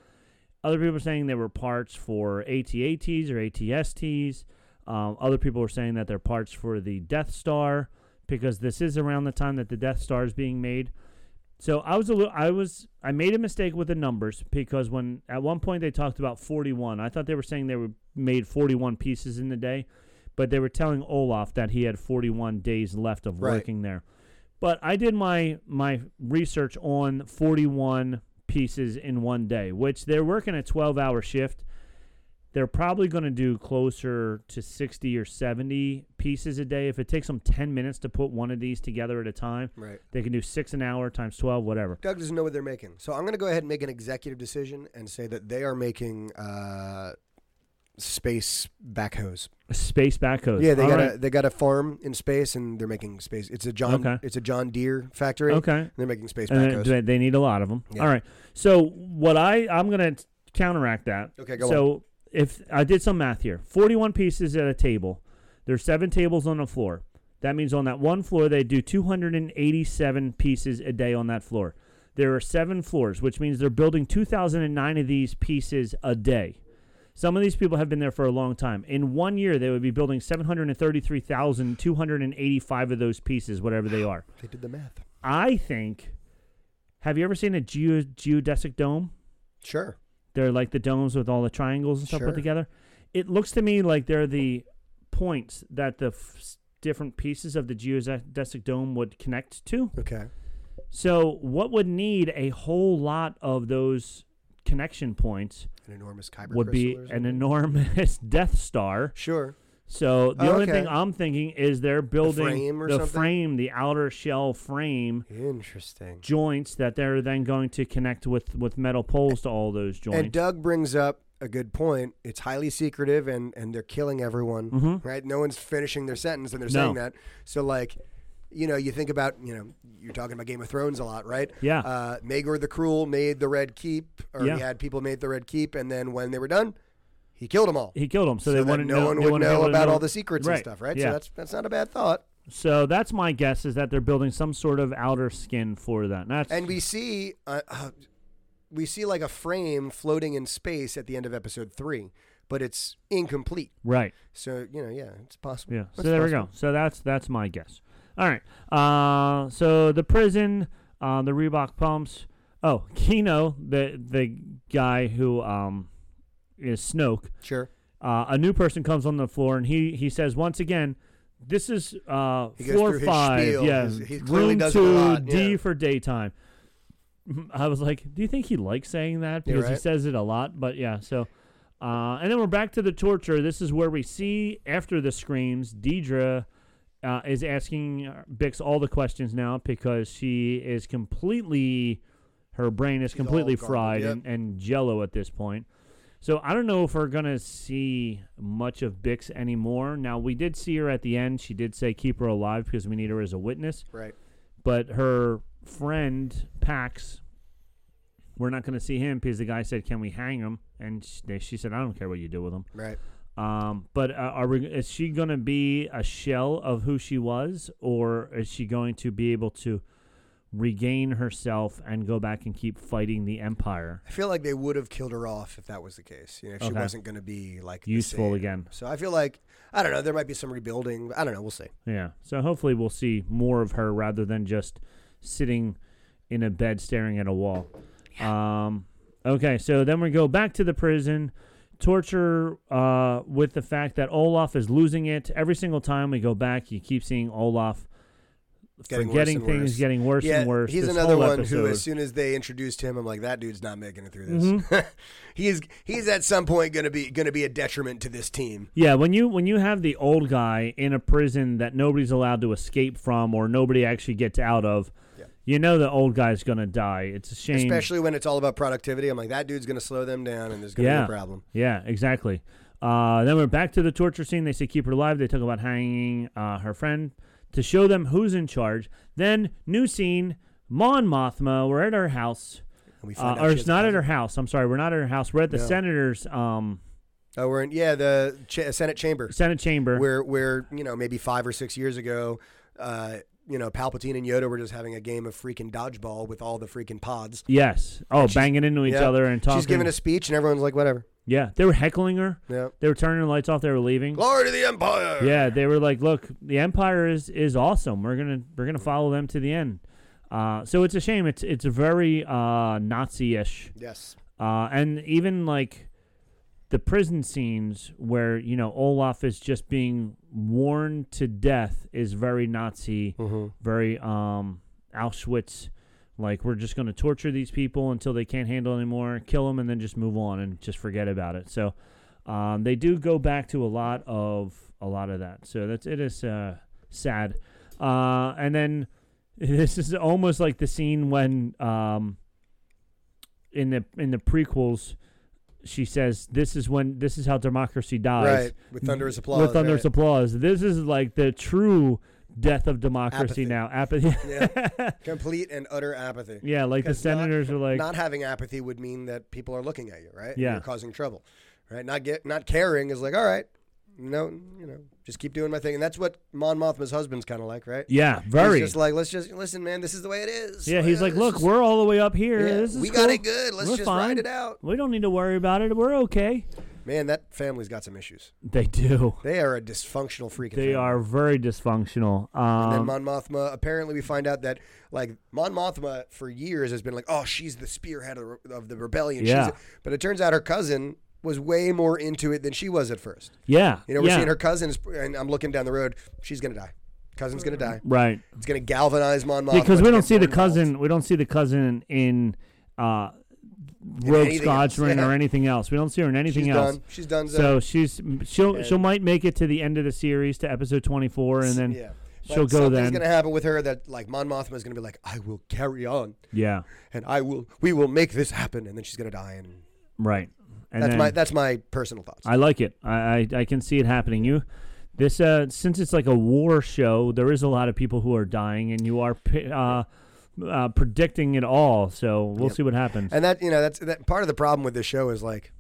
Speaker 1: Other people were saying they were parts for ATATs or ATSTs. Um, other people were saying that they're parts for the Death Star because this is around the time that the Death Star is being made. So I was a little, I was, I made a mistake with the numbers because when at one point they talked about 41, I thought they were saying they were made 41 pieces in the day, but they were telling Olaf that he had 41 days left of
Speaker 2: Right.
Speaker 1: working there. But I did my my research on 41 pieces in one day, which they're working a 12-hour shift. They're probably going to do closer to 60 or 70 pieces a day. If it takes them 10 minutes to put one of these together at a time,
Speaker 2: Right.
Speaker 1: they can do six an hour times 12, whatever.
Speaker 2: Doug doesn't know what they're making, so I'm going to go ahead and make an executive decision and say that they are making uh, space backhoes.
Speaker 1: Space backhoes.
Speaker 2: Yeah, they
Speaker 1: All
Speaker 2: got a
Speaker 1: right.
Speaker 2: they got a farm in space, and they're making space. It's a John
Speaker 1: Okay.
Speaker 2: it's a John Deere factory.
Speaker 1: Okay.
Speaker 2: and they're making space
Speaker 1: And
Speaker 2: backhoes.
Speaker 1: they, they need a lot of them.
Speaker 2: Yeah.
Speaker 1: All right. So what I I'm gonna t- counteract that.
Speaker 2: Okay, go
Speaker 1: So if I did some math here, 41 pieces at a table. There's seven tables on a floor. That means on that one floor they do 287 pieces a day on that floor. There are seven floors, which means they're building 2,009 of these pieces a day. Some of these people have been there for a long time. In one year, they would be building 733,285 of those pieces, whatever they are.
Speaker 2: they did the math.
Speaker 1: I think. Have you ever seen a geo- geodesic dome?
Speaker 2: Sure.
Speaker 1: They're like the domes with all the triangles and stuff
Speaker 2: Sure.
Speaker 1: put together. It looks to me like they're the points that the f- different pieces of the geodesic dome would connect to.
Speaker 2: Okay.
Speaker 1: So, what would need a whole lot of those connection points
Speaker 2: An enormous kyber
Speaker 1: would be
Speaker 2: crystal or
Speaker 1: an
Speaker 2: something.
Speaker 1: enormous Death Star.
Speaker 2: Sure.
Speaker 1: So the
Speaker 2: Oh,
Speaker 1: only
Speaker 2: okay.
Speaker 1: thing I'm thinking is they're building
Speaker 2: frame or
Speaker 1: the
Speaker 2: something?
Speaker 1: frame, the outer shell frame
Speaker 2: Interesting.
Speaker 1: joints that they're then going to connect with with metal poles to all those joints.
Speaker 2: And Doug brings up a good point. It's highly secretive, and and they're killing everyone, right? No one's finishing their sentence, and they're saying
Speaker 1: Mm-hmm. No.
Speaker 2: that. So like, you know, you think about you know, you're talking about Game of Thrones a lot, right?
Speaker 1: Yeah.
Speaker 2: Uh, Magor the Cruel made the Red Keep, or
Speaker 1: Yeah.
Speaker 2: he had people made the Red Keep, and then when they were done, he killed them all.
Speaker 1: he killed them, so,
Speaker 2: so
Speaker 1: they
Speaker 2: that
Speaker 1: wouldn't
Speaker 2: no
Speaker 1: know,
Speaker 2: one
Speaker 1: they
Speaker 2: would
Speaker 1: wouldn't be
Speaker 2: know
Speaker 1: able to
Speaker 2: about
Speaker 1: know-
Speaker 2: all the secrets
Speaker 1: Right,
Speaker 2: and stuff, right?
Speaker 1: Yeah.
Speaker 2: So that's that's not a bad thought.
Speaker 1: So that's my guess is that they're building some sort of outer skin for that. And that's
Speaker 2: And we see, uh, uh, we see like a frame floating in space at the end of episode three, but it's incomplete.
Speaker 1: right.
Speaker 2: So you know, yeah, it's possible.
Speaker 1: Yeah. So
Speaker 2: It's
Speaker 1: there we go.
Speaker 2: possible.
Speaker 1: So that's that's my guess. All right. Uh, so the prison, uh, the Reebok pumps. Oh, Kino, the the guy who um is Snoke.
Speaker 2: Sure.
Speaker 1: Uh, a new person comes on the floor and he he says once again, this is uh
Speaker 2: He goes
Speaker 1: floor
Speaker 2: through his
Speaker 1: five.
Speaker 2: spiel.
Speaker 1: Yeah.
Speaker 2: He's- he clearly
Speaker 1: room
Speaker 2: does it a
Speaker 1: two,
Speaker 2: lot,
Speaker 1: D
Speaker 2: yeah.
Speaker 1: for daytime. I was like, do you think he likes saying that
Speaker 2: Yeah,
Speaker 1: because he
Speaker 2: right.
Speaker 1: says it a lot? But yeah, so. Uh, and then we're back to the torture. This is where we see after the screams, Deidre uh, is asking uh, Bix all the questions now because she is completely, her brain is
Speaker 2: She's all
Speaker 1: completely
Speaker 2: garbled,
Speaker 1: fried
Speaker 2: yep.
Speaker 1: and, and jello at this point. So I don't know if we're gonna see much of Bix anymore. Now we did see her at the end. She did say keep her alive because we need her as a witness.
Speaker 2: Right.
Speaker 1: But her friend Pax, we're not gonna see him because the guy said, "Can we hang him?" And sh- they- she said, "I don't care what you do with him."
Speaker 2: Right.
Speaker 1: Um, but uh, are we? Is she gonna be a shell of who she was, or is she going to be able to regain herself and go back and keep fighting the Empire?
Speaker 2: I feel like they would have killed her off if that was the case. You know, if she
Speaker 1: Okay.
Speaker 2: wasn't going to be like the
Speaker 1: Useful
Speaker 2: same.
Speaker 1: again.
Speaker 2: So I feel like I don't know. There might be some rebuilding. I don't know. We'll see.
Speaker 1: Yeah. So hopefully we'll see more of her rather than just sitting in a bed staring at a wall. Um, okay. So then we go back to the prison. Torture uh, with the fact that Olaf is losing it. Every single time we go back, you keep seeing Olaf
Speaker 2: Getting worse
Speaker 1: forgetting
Speaker 2: and
Speaker 1: things,
Speaker 2: worse.
Speaker 1: getting worse
Speaker 2: yeah,
Speaker 1: and worse.
Speaker 2: he's
Speaker 1: this
Speaker 2: another
Speaker 1: whole
Speaker 2: one who,
Speaker 1: episode.
Speaker 2: as soon as they introduced him, I'm like, that dude's not making it through this.
Speaker 1: Mm-hmm.
Speaker 2: he is. He's at some point going to be going to be a detriment to this team.
Speaker 1: Yeah, when you when you have the old guy in a prison that nobody's allowed to escape from or nobody actually gets out of, you know the old guy's gonna die. It's a shame.
Speaker 2: Especially when it's all about productivity. I'm like, that dude's going to slow them down, and there's going to
Speaker 1: yeah.
Speaker 2: be a problem.
Speaker 1: Yeah, exactly. Uh, then we're back to the torture scene. They say keep her alive. They talk about hanging uh, her friend to show them who's in charge. Then new scene, Mon Mothma. We're at her house.
Speaker 2: And we
Speaker 1: Uh,
Speaker 2: find out
Speaker 1: or
Speaker 2: she
Speaker 1: it's
Speaker 2: has
Speaker 1: not at
Speaker 2: cancer.
Speaker 1: her house. I'm sorry, we're not at her house. We're at the
Speaker 2: No.
Speaker 1: senator's um,
Speaker 2: Oh, we're in yeah the ch- Senate chamber.
Speaker 1: Senate chamber.
Speaker 2: where where you know maybe five or six years ago, uh, you know Palpatine and Yoda were just having a game of freaking dodgeball with all the freaking pods.
Speaker 1: yes. Oh, banging into each
Speaker 2: Yeah.
Speaker 1: other and talking.
Speaker 2: She's giving a speech and everyone's like, whatever.
Speaker 1: Yeah, they were heckling her.
Speaker 2: Yeah.
Speaker 1: They were turning the lights off. They were leaving.
Speaker 2: Glory to the Empire.
Speaker 1: Yeah, they were like, "Look, the Empire is is awesome. We're gonna we're gonna follow them to the end." Uh, so it's a shame. It's it's very uh, Nazi-ish,
Speaker 2: Yes.
Speaker 1: uh, and even like the prison scenes where you know Olaf is just being worn to death is very Nazi, very um, Auschwitz. Like we're just gonna torture these people until they can't handle anymore, kill them, and then just move on and just forget about it. So um, they do go back to a lot of a lot of that. So that's it is uh, sad. Uh, and then this is almost like the scene when um, in the in the prequels she says this is when this is how democracy dies.
Speaker 2: Right. With thunderous applause.
Speaker 1: With thunderous
Speaker 2: right.
Speaker 1: applause. This is like the true death of democracy
Speaker 2: Apathy.
Speaker 1: now. Apathy.
Speaker 2: Yeah. Complete and utter apathy.
Speaker 1: yeah, like the
Speaker 2: 'Cause not-
Speaker 1: senators are like
Speaker 2: not having apathy would mean that people are looking at you, right? And
Speaker 1: Yeah.
Speaker 2: You're causing trouble, right? Not get not caring is like, all right, no, you know, just keep doing my thing, and that's what Mon Mothma's husband's kind of like, right?
Speaker 1: Yeah,
Speaker 2: He's
Speaker 1: very.
Speaker 2: just like, let's just listen, man. This is the way it is.
Speaker 1: yeah, he's
Speaker 2: Yeah,
Speaker 1: like,
Speaker 2: this
Speaker 1: look,
Speaker 2: is-
Speaker 1: we're all the way up here.
Speaker 2: Yeah,
Speaker 1: This is
Speaker 2: we got
Speaker 1: cool.
Speaker 2: it good. Let's
Speaker 1: We're
Speaker 2: just
Speaker 1: fine.
Speaker 2: ride it out."
Speaker 1: We don't need to worry about it. We're okay.
Speaker 2: man. That family's got some issues.
Speaker 1: They do.
Speaker 2: They are a dysfunctional freaking.
Speaker 1: They
Speaker 2: family.
Speaker 1: are very dysfunctional.
Speaker 2: And
Speaker 1: Um,
Speaker 2: then Mon Mothma. Apparently, we find out that like Mon Mothma for years has been like, oh, she's the spearhead of the, of the rebellion.
Speaker 1: Yeah.
Speaker 2: She's but it turns out her cousin was way more into it than she was at first.
Speaker 1: yeah,
Speaker 2: You know, we're
Speaker 1: yeah.
Speaker 2: seeing her cousins, and I'm looking down the road. She's gonna die. Cousin's gonna die.
Speaker 1: Right.
Speaker 2: It's gonna galvanize Mon Mothma.
Speaker 1: Mm. because
Speaker 2: to
Speaker 1: we don't
Speaker 2: get
Speaker 1: see
Speaker 2: more
Speaker 1: the
Speaker 2: involved.
Speaker 1: cousin. We don't see the cousin in uh, Rogue
Speaker 2: anything else,
Speaker 1: Squadron
Speaker 2: yeah.
Speaker 1: or anything else. We don't see her in anything
Speaker 2: She's
Speaker 1: else.
Speaker 2: done. She's done.
Speaker 1: So she's she'll she will might make it to the end of the series to episode twenty four, and then
Speaker 2: yeah. But
Speaker 1: she'll go then.
Speaker 2: something's gonna happen with her that like Mon Mothma is gonna be like, I will carry on,
Speaker 1: yeah,
Speaker 2: and I will, we will make this happen, and then she's gonna die, and
Speaker 1: right. And
Speaker 2: that's
Speaker 1: then
Speaker 2: my that's my personal thoughts.
Speaker 1: I like it. I, I I can see it happening. You. This uh, since it's like a war show, there is a lot of people who are dying, and you are pi- uh, uh, predicting it all. So we'll see what happens.
Speaker 2: and that you know that's that part of the problem with this show is like,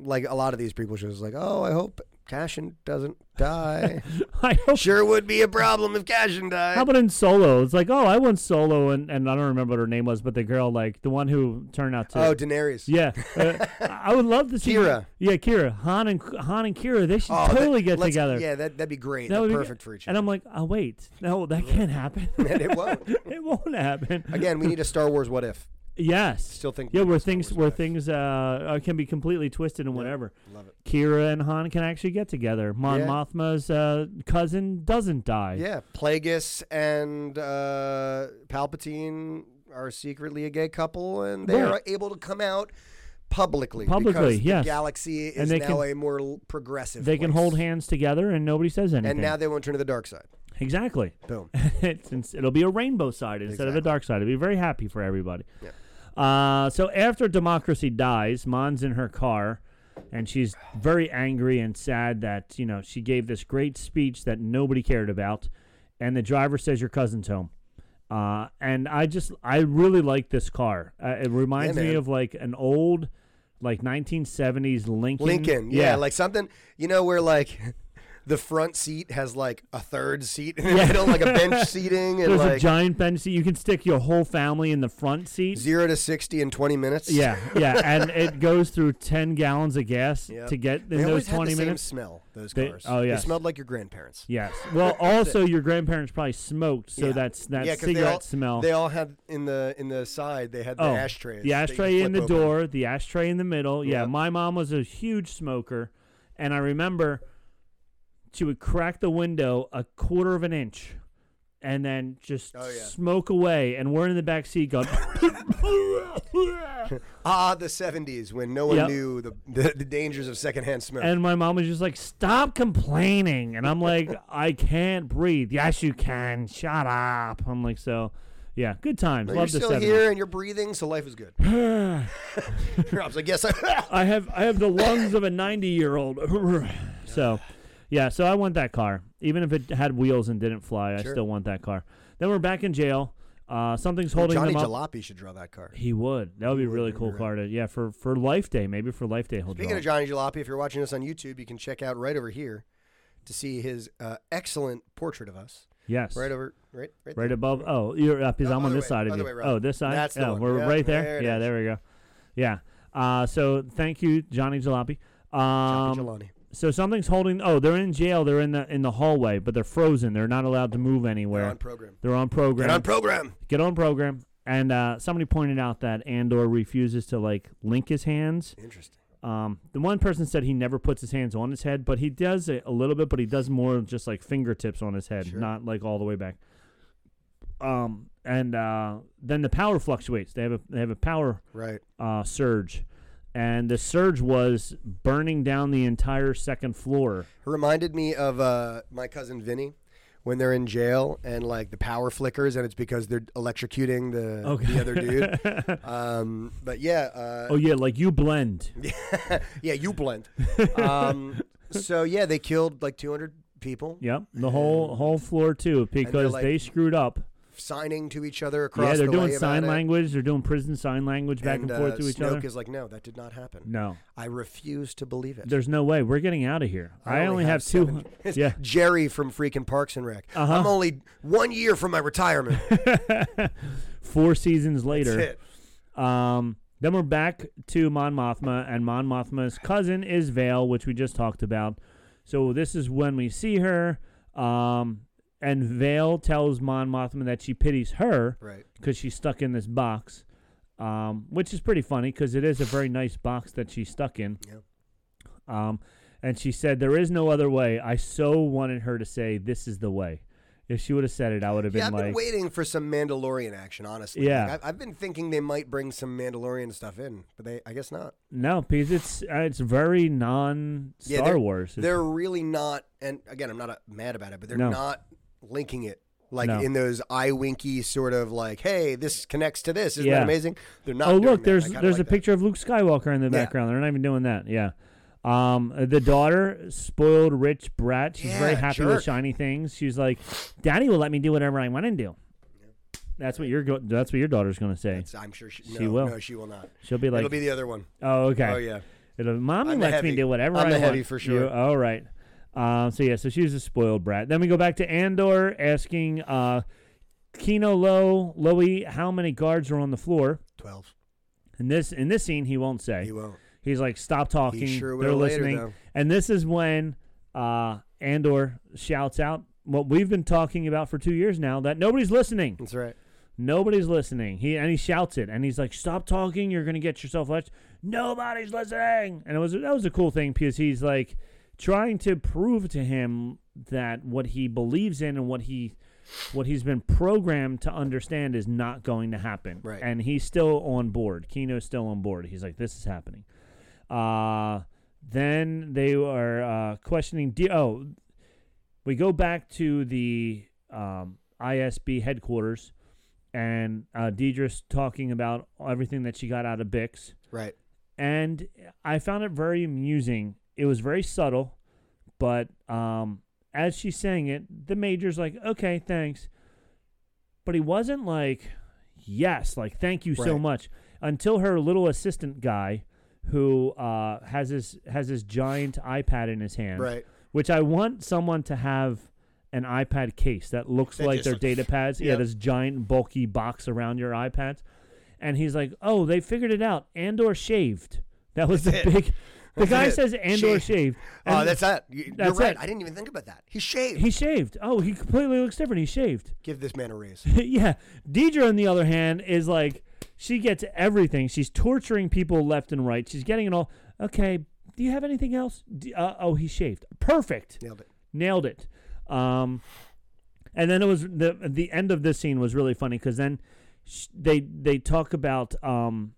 Speaker 2: like a lot of these prequel shows, like, oh, I hope Cashin doesn't die.
Speaker 1: I hope
Speaker 2: sure would be a problem if Cashin died.
Speaker 1: How about in Solo? It's like, oh, I won Solo, and, and I don't remember what her name was, but the girl, like the one who turned out to.
Speaker 2: oh, Daenerys.
Speaker 1: yeah. Uh, I I would love to see.
Speaker 2: Kira.
Speaker 1: Yeah, Kira. Han and Han and Kira, they should
Speaker 2: Oh, that-
Speaker 1: totally get
Speaker 2: let's-
Speaker 1: together.
Speaker 2: Yeah, that that'd be great.
Speaker 1: That
Speaker 2: They're
Speaker 1: would be-
Speaker 2: perfect for each other.
Speaker 1: And I'm like, oh wait, no, that can't happen.
Speaker 2: And it won't.
Speaker 1: it won't happen.
Speaker 2: Again, we need a Star Wars what if.
Speaker 1: Yes.
Speaker 2: Still think
Speaker 1: Yeah,
Speaker 2: we
Speaker 1: where
Speaker 2: must
Speaker 1: things
Speaker 2: always
Speaker 1: where
Speaker 2: have.
Speaker 1: things uh are- can be completely twisted and whatever.
Speaker 2: love it.
Speaker 1: Kira and Han can actually get together. Mon
Speaker 2: Yeah.
Speaker 1: Mothma's uh, cousin doesn't die.
Speaker 2: Yeah, Plagueis and uh, Palpatine are secretly a gay couple, and they
Speaker 1: Right.
Speaker 2: are able to come out publicly.
Speaker 1: Publicly,
Speaker 2: because
Speaker 1: yes.
Speaker 2: The galaxy is
Speaker 1: And they
Speaker 2: now
Speaker 1: can-
Speaker 2: a more l- progressive.
Speaker 1: They can
Speaker 2: place.
Speaker 1: hold hands together and nobody says anything.
Speaker 2: and now they won't turn to the dark side.
Speaker 1: Exactly.
Speaker 2: Boom.
Speaker 1: it's, ins- it'll be a rainbow side instead of a
Speaker 2: Exactly.
Speaker 1: dark side. It'll be very happy for everybody.
Speaker 2: Yeah.
Speaker 1: Uh, so after democracy dies, Mon's in her car, and she's very angry and sad that you know she gave this great speech that nobody cared about, and the driver says your cousin's home. Uh, and I just I really like this car. Uh, it reminds me
Speaker 2: man.
Speaker 1: of like an old, like 1970s Lincoln.
Speaker 2: Lincoln, yeah, like something you know where like the front seat has like a third seat in the middle, like a bench seating, and
Speaker 1: there's a
Speaker 2: like
Speaker 1: giant bench seat. You can stick your whole family in the front seat.
Speaker 2: zero to sixty in twenty minutes.
Speaker 1: Yeah, yeah, and it goes through ten gallons of gas
Speaker 2: Yep.
Speaker 1: to get in
Speaker 2: they
Speaker 1: those
Speaker 2: always
Speaker 1: twenty
Speaker 2: had the
Speaker 1: minutes.
Speaker 2: Same smell those
Speaker 1: They-
Speaker 2: cars.
Speaker 1: oh,
Speaker 2: yeah,
Speaker 1: yes.
Speaker 2: they smelled like your grandparents.
Speaker 1: Yes. Well, also your grandparents probably smoked, so
Speaker 2: Yeah.
Speaker 1: that's that
Speaker 2: Yeah, 'cause
Speaker 1: cigarette
Speaker 2: they all,
Speaker 1: smell.
Speaker 2: They all had in the in the side. They had the
Speaker 1: oh,
Speaker 2: ashtrays.
Speaker 1: the
Speaker 2: that you
Speaker 1: ashtray
Speaker 2: could
Speaker 1: in the
Speaker 2: flip open.
Speaker 1: door, the ashtray in the middle. Yeah,
Speaker 2: Yep.
Speaker 1: my mom was a huge smoker, and I remember she would crack the window a quarter of an inch. And then just
Speaker 2: Oh, yeah.
Speaker 1: smoke away, and we're in the back seat going.
Speaker 2: Ah, the seventies when no one
Speaker 1: Yep.
Speaker 2: knew the, the the dangers of secondhand smoke.
Speaker 1: And my mom was just like, "Stop complaining," and I'm like, "I can't breathe." Yes, you can. Shut up. I'm like, so, yeah, good times.
Speaker 2: But
Speaker 1: Love
Speaker 2: you're
Speaker 1: the
Speaker 2: still
Speaker 1: 70s.
Speaker 2: here and you're breathing, so life is good. Rob's like, yes, I.
Speaker 1: I have I have the lungs of a 90 year old. so, yeah, so I want that car, even if it had wheels and didn't fly. I
Speaker 2: Sure.
Speaker 1: still want that car. Then we're back in jail. Uh, something's holding
Speaker 2: Johnny
Speaker 1: them up.
Speaker 2: Jalopy should draw that car.
Speaker 1: He would. That would be a really cool car to yeah for for Life Day maybe for Life Day. He'll
Speaker 2: Speaking
Speaker 1: draw
Speaker 2: of Johnny Jalopy, if you're watching us on YouTube, you can check out right over here to see his uh, excellent portrait of us.
Speaker 1: it. yes
Speaker 2: Right over, right, right.
Speaker 1: Right
Speaker 2: there.
Speaker 1: above. Oh, you're up. Is
Speaker 2: No,
Speaker 1: I'm on
Speaker 2: other
Speaker 1: this
Speaker 2: way,
Speaker 1: side of
Speaker 2: other
Speaker 1: you.
Speaker 2: way around.
Speaker 1: oh, this side.
Speaker 2: That's the
Speaker 1: yeah,
Speaker 2: one.
Speaker 1: we're
Speaker 2: Yeah,
Speaker 1: right there.
Speaker 2: there it
Speaker 1: yeah,
Speaker 2: is.
Speaker 1: there we go. Yeah. Uh, so thank you, Johnny Jalopy. Um,
Speaker 2: Johnny Jalopy.
Speaker 1: so something's holding. Oh, they're in jail. They're in the in the hallway, but they're frozen. They're not allowed to move anywhere.
Speaker 2: They're on program.
Speaker 1: They're on program.
Speaker 2: Get on program.
Speaker 1: Get on program. And uh, somebody pointed out that Andor refuses to like link his hands.
Speaker 2: Interesting.
Speaker 1: Um, the one person said he never puts his hands on his head, but he does it a little bit. But he does more just like fingertips on his head, not like all the way back. Um, and uh, then the power fluctuates. They have a they have a power
Speaker 2: Right.
Speaker 1: uh, surge, and the surge was burning down the entire second floor.
Speaker 2: reminded me of uh, my cousin Vinny when they're in jail and like the power flickers and it's because they're electrocuting the the other dude. um, but yeah, uh,
Speaker 1: Oh yeah, like you blend.
Speaker 2: yeah, you blend. Um, so yeah, they killed like 200 people
Speaker 1: Yep, the whole whole floor too because
Speaker 2: like-
Speaker 1: they screwed up.
Speaker 2: signing to each other across.
Speaker 1: Yeah, they're
Speaker 2: the
Speaker 1: doing
Speaker 2: way about
Speaker 1: sign
Speaker 2: it.
Speaker 1: language. They're doing prison sign language back and,
Speaker 2: uh,
Speaker 1: forth to each
Speaker 2: Snoke
Speaker 1: other.
Speaker 2: is like, no, that did not happen.
Speaker 1: no,
Speaker 2: I refuse to believe it.
Speaker 1: There's no way. We're getting out of here. I, only, have, two.
Speaker 2: seven- It's
Speaker 1: yeah. Uh-huh.
Speaker 2: Jerry from freaking Parks and Rec. I'm only one year from my retirement.
Speaker 1: Four seasons
Speaker 2: That's
Speaker 1: later.
Speaker 2: it.
Speaker 1: Um, then we're back to Mon Mothma, and Mon Mothma's cousin is Vale, which we just talked about. So this is when we see her. Um, and Vale tells Mon Mothma that she pities her
Speaker 2: Right.
Speaker 1: because she's stuck in this box, um, which is pretty funny because it is a very nice box that she's stuck in.
Speaker 2: Yep.
Speaker 1: Um, and she said, There is no other way. I so wanted her to say, This is the way. If she would have said it, I would have been
Speaker 2: Yeah, I've
Speaker 1: like,
Speaker 2: been waiting for some Mandalorian action, honestly.
Speaker 1: Yeah.
Speaker 2: Like, I've, I've been thinking they might bring some Mandalorian stuff in, but they, I guess not.
Speaker 1: no, because it's uh, it's very non
Speaker 2: Yeah,
Speaker 1: Star
Speaker 2: they're-
Speaker 1: Wars. It's-
Speaker 2: They're really not, and again, I'm not uh, mad about it, but they're
Speaker 1: No.
Speaker 2: not linking it like
Speaker 1: No.
Speaker 2: in those eye winky sort of like, hey, this connects to this. Isn't
Speaker 1: Yeah.
Speaker 2: that amazing? They're not.
Speaker 1: oh
Speaker 2: doing
Speaker 1: look,
Speaker 2: that. I
Speaker 1: there's
Speaker 2: kinda
Speaker 1: there's
Speaker 2: like
Speaker 1: a
Speaker 2: that.
Speaker 1: picture of Luke Skywalker in the
Speaker 2: Yeah.
Speaker 1: background. They're not even doing that. Yeah. Um, the daughter, spoiled rich brat. She's very
Speaker 2: Yeah,
Speaker 1: happy with
Speaker 2: jerk.
Speaker 1: shiny things. She's like, "Daddy will let me do whatever I want to do." That's what your go- that's what your daughter's gonna say.
Speaker 2: That's- I'm sure she, no,
Speaker 1: She will.
Speaker 2: No, she will not.
Speaker 1: She'll be like,
Speaker 2: It'll be the other one.
Speaker 1: "Oh, okay."
Speaker 2: Oh yeah.
Speaker 1: It'll, mommy
Speaker 2: I'm a
Speaker 1: lets me
Speaker 2: heavy.
Speaker 1: do whatever
Speaker 2: I'm
Speaker 1: I
Speaker 2: a
Speaker 1: want.
Speaker 2: heavy for
Speaker 1: You,
Speaker 2: sure.
Speaker 1: all right. Um, so yeah, so she was a spoiled brat. Then we go back to Andor asking uh, Kino Low Lowy how many guards are on the floor.
Speaker 2: Twelve.
Speaker 1: In this in this scene, he won't say.
Speaker 2: He won't.
Speaker 1: He's like, stop talking.
Speaker 2: sure
Speaker 1: They're
Speaker 2: will later,
Speaker 1: listening.
Speaker 2: though.
Speaker 1: and this is when uh, Andor shouts out what we've been talking about for two years now that nobody's listening.
Speaker 2: That's right.
Speaker 1: Nobody's listening. He and he shouts it, and he's like, "Stop talking! You're gonna get yourself left." Nobody's listening, and it was that was a cool thing because he's like trying to prove to him that what he believes in and what he what he's been programmed to understand is not going to happen.
Speaker 2: Right.
Speaker 1: And he's still on board. Kino's still on board. He's like, "This is happening." Uh then they are uh, questioning. D- oh, we go back to the um, ISB headquarters and uh, Deidre's talking about everything that she got out of Bix.
Speaker 2: Right.
Speaker 1: And I found it very amusing. It was very subtle, but um, as she's saying it, the major's like, okay, thanks. But he wasn't like, yes, like, thank you so
Speaker 2: Right.
Speaker 1: much. Until her little assistant guy, who uh, has his has his giant iPad in his hand,
Speaker 2: Right.
Speaker 1: which I want someone to have an iPad case that looks
Speaker 2: That
Speaker 1: like
Speaker 2: just
Speaker 1: their
Speaker 2: looks-
Speaker 1: data pads. Yeah,
Speaker 2: Yep.
Speaker 1: this giant bulky box around your iPads. And he's like, "Oh, they figured it out. Andor shaved. That was the
Speaker 2: That's it.
Speaker 1: big. The
Speaker 2: That's
Speaker 1: guy
Speaker 2: it.
Speaker 1: says Andor
Speaker 2: Shave.
Speaker 1: shaved.
Speaker 2: Oh,
Speaker 1: and
Speaker 2: that's that. You, are
Speaker 1: that's
Speaker 2: right.
Speaker 1: it.
Speaker 2: I didn't even think about that. He shaved.
Speaker 1: He shaved. Oh, he completely looks different. He shaved.
Speaker 2: Give this man a raise.
Speaker 1: yeah. Deidre, on the other hand, is like she gets everything. She's torturing people left and right. She's getting it all. Okay. Do you have anything else? D- uh, oh, he shaved. Perfect.
Speaker 2: Nailed it.
Speaker 1: nailed it. Um, and then it was the the end of this scene was really funny because then sh- they they talk about um,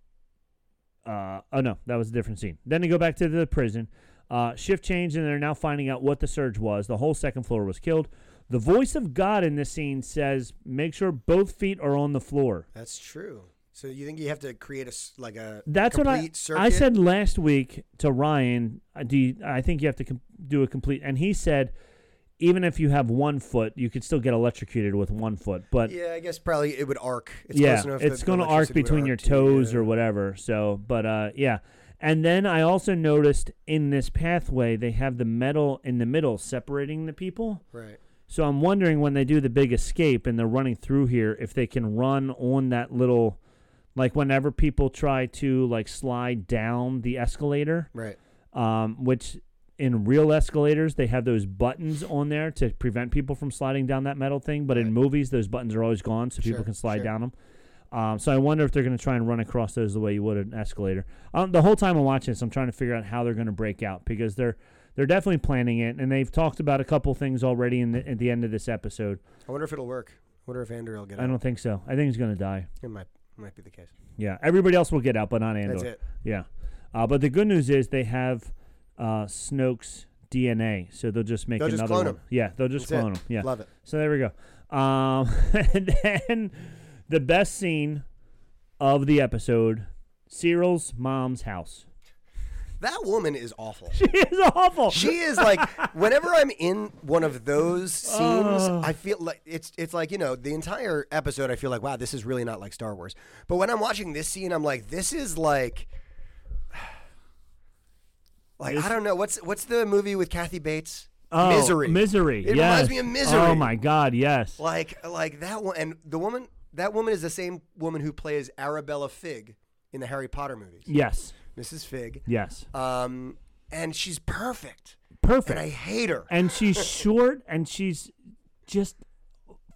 Speaker 1: uh, oh no that was a different scene. Then they go back to the prison. Uh, shift change and they're now finding out what the surge was. The whole second floor was killed. The voice of God in this scene says, "Make sure both feet are on the floor."
Speaker 2: That's true. So you think you have to create a s- like a
Speaker 1: That's what I
Speaker 2: complete circuit?
Speaker 1: I said last week to Ryan. uh, Do you, I think you have to com- do a complete? And he said, even if you have one foot, you could still get electrocuted with one foot. But yeah,
Speaker 2: Yeah, I guess probably it would arc. It's close
Speaker 1: it's,
Speaker 2: enough that
Speaker 1: going to arc
Speaker 2: electricity would
Speaker 1: between your
Speaker 2: too,
Speaker 1: toes
Speaker 2: yeah.
Speaker 1: or whatever. So, but uh, yeah. And then I also noticed in this pathway they have the metal in the middle separating the people.
Speaker 2: Right.
Speaker 1: So I'm wondering when they do the big escape and they're running through here, if they can run on that little, like whenever people try to like slide down the escalator,
Speaker 2: Right.
Speaker 1: um, which in real escalators they have those buttons on there to prevent people from sliding down that metal thing. But in
Speaker 2: Right.
Speaker 1: movies, those buttons are always gone, so people
Speaker 2: Sure,
Speaker 1: can slide
Speaker 2: sure.
Speaker 1: down them. Um, so I wonder if they're going to try and run across those the way you would an escalator. Um, the whole time I'm watching this, I'm trying to figure out how they're going to break out because they're they're definitely planning it, and they've talked about a couple things already in the, at the end of this episode.
Speaker 2: I wonder if it'll work. I wonder if Andrew will get
Speaker 1: I
Speaker 2: out.
Speaker 1: don't think so. I think he's going to die.
Speaker 2: It might might be the case.
Speaker 1: Yeah, everybody else will get out, but not Andor.
Speaker 2: That's it.
Speaker 1: Yeah, uh, but the good news is they have uh, Snoke's DNA, so they'll just make
Speaker 2: They'll
Speaker 1: another
Speaker 2: just clone
Speaker 1: one.
Speaker 2: him.
Speaker 1: Yeah, they'll just
Speaker 2: That's it.
Speaker 1: clone him. Yeah,
Speaker 2: Love it.
Speaker 1: so there we go. Um, and then the best scene of the episode: Cyril's mom's house.
Speaker 2: That woman is awful.
Speaker 1: it's awful.
Speaker 2: She is like whenever I'm in one of those scenes,
Speaker 1: Oh.
Speaker 2: I feel like it's it's like, you know, the entire episode I feel like, wow, this is really not like Star Wars. But when I'm watching this scene, I'm like, this is like like I don't know, what's what's the movie with Kathy Bates?
Speaker 1: Oh,
Speaker 2: misery.
Speaker 1: Misery.
Speaker 2: It
Speaker 1: yes.
Speaker 2: reminds me of misery.
Speaker 1: Oh my God. Yes.
Speaker 2: Like like that one and the woman that woman is the same woman who plays Arabella Fig in the Harry Potter movies.
Speaker 1: Yes.
Speaker 2: Mrs. Fig.
Speaker 1: Yes.
Speaker 2: Um and she's perfect.
Speaker 1: Perfect.
Speaker 2: And I hate her.
Speaker 1: and she's short and she's just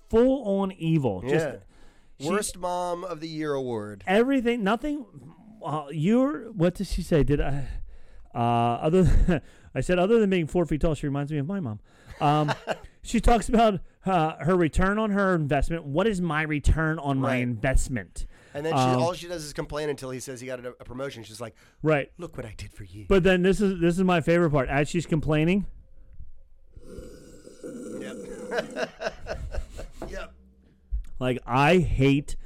Speaker 1: full on evil. Just she-
Speaker 2: Worst mom of the year award.
Speaker 1: everything, nothing. Uh, you're what did she say? Did I? Uh, other than, I said, other than being four feet tall, she reminds me of my mom. Um, she talks about uh, her return on her investment. What is my return on my
Speaker 2: Right.
Speaker 1: investment?
Speaker 2: And then she,
Speaker 1: Um,
Speaker 2: all she does is complain until he says he got a, a promotion. She's like,
Speaker 1: Right.
Speaker 2: "Look what I did for you."
Speaker 1: But then this is this is my favorite part. As she's complaining,
Speaker 2: yep. yep.
Speaker 1: like I hate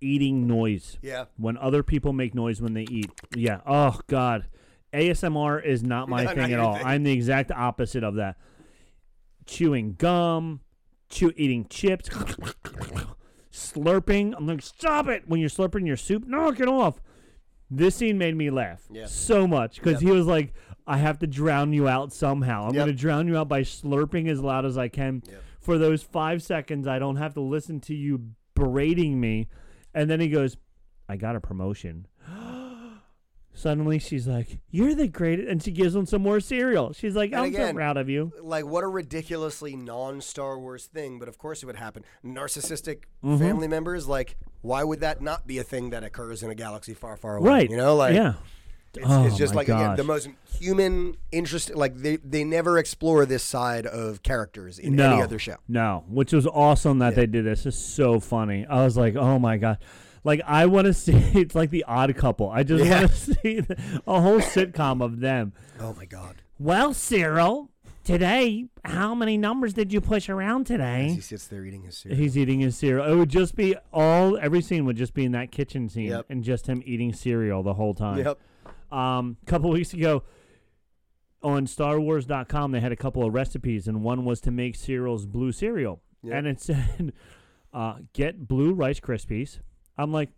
Speaker 1: eating noise.
Speaker 2: Yeah.
Speaker 1: When other people make noise when they eat. Yeah. Oh God. ASMR is not my
Speaker 2: Not
Speaker 1: thing at
Speaker 2: your
Speaker 1: all.
Speaker 2: thing.
Speaker 1: I'm the exact opposite of that. Chewing gum, chew eating chips, slurping. I'm like, stop it when you're slurping your soup. Knock it off. This scene made me laugh
Speaker 2: Yeah.
Speaker 1: so much because he was like, I have to drown you out somehow. I'm
Speaker 2: Yep.
Speaker 1: going to drown you out by slurping as loud as I can. For those five seconds, I don't have to listen to you berating me. And then he goes, I got a promotion. Suddenly she's like, You're the greatest. And she gives him some more cereal. She's like,
Speaker 2: And
Speaker 1: I'm so
Speaker 2: again,
Speaker 1: proud of you.
Speaker 2: Like what a ridiculously non-Star Wars thing, but of course it would happen. Narcissistic
Speaker 1: Mm-hmm.
Speaker 2: family members, like, why would that not be a thing that occurs in a galaxy far, far away?
Speaker 1: Right.
Speaker 2: You know, like,
Speaker 1: yeah.
Speaker 2: It's,
Speaker 1: Oh
Speaker 2: it's just like again, the most human, interesting. Like they, they never explore this side of characters in
Speaker 1: no,
Speaker 2: any other show.
Speaker 1: No, which was awesome that they did this. It's so funny. I was like, oh my god. Like I want to see. It's like the Odd Couple. I just
Speaker 2: Yeah.
Speaker 1: want to see the- a whole sitcom of them.
Speaker 2: Oh my god!
Speaker 1: Well, Cyril, today, how many numbers did you push around
Speaker 2: As he
Speaker 1: today?
Speaker 2: sits there eating his cereal.
Speaker 1: He's eating his cereal. It would just be all every scene would just be in that kitchen scene
Speaker 2: Yep.
Speaker 1: and just him eating cereal the whole time
Speaker 2: Yep.
Speaker 1: um, a couple weeks ago on StarWars.com, they had a couple of recipes, and one was to make cereals blue cereal.
Speaker 2: Yeah.
Speaker 1: And it said, uh, get blue Rice Krispies. I'm like,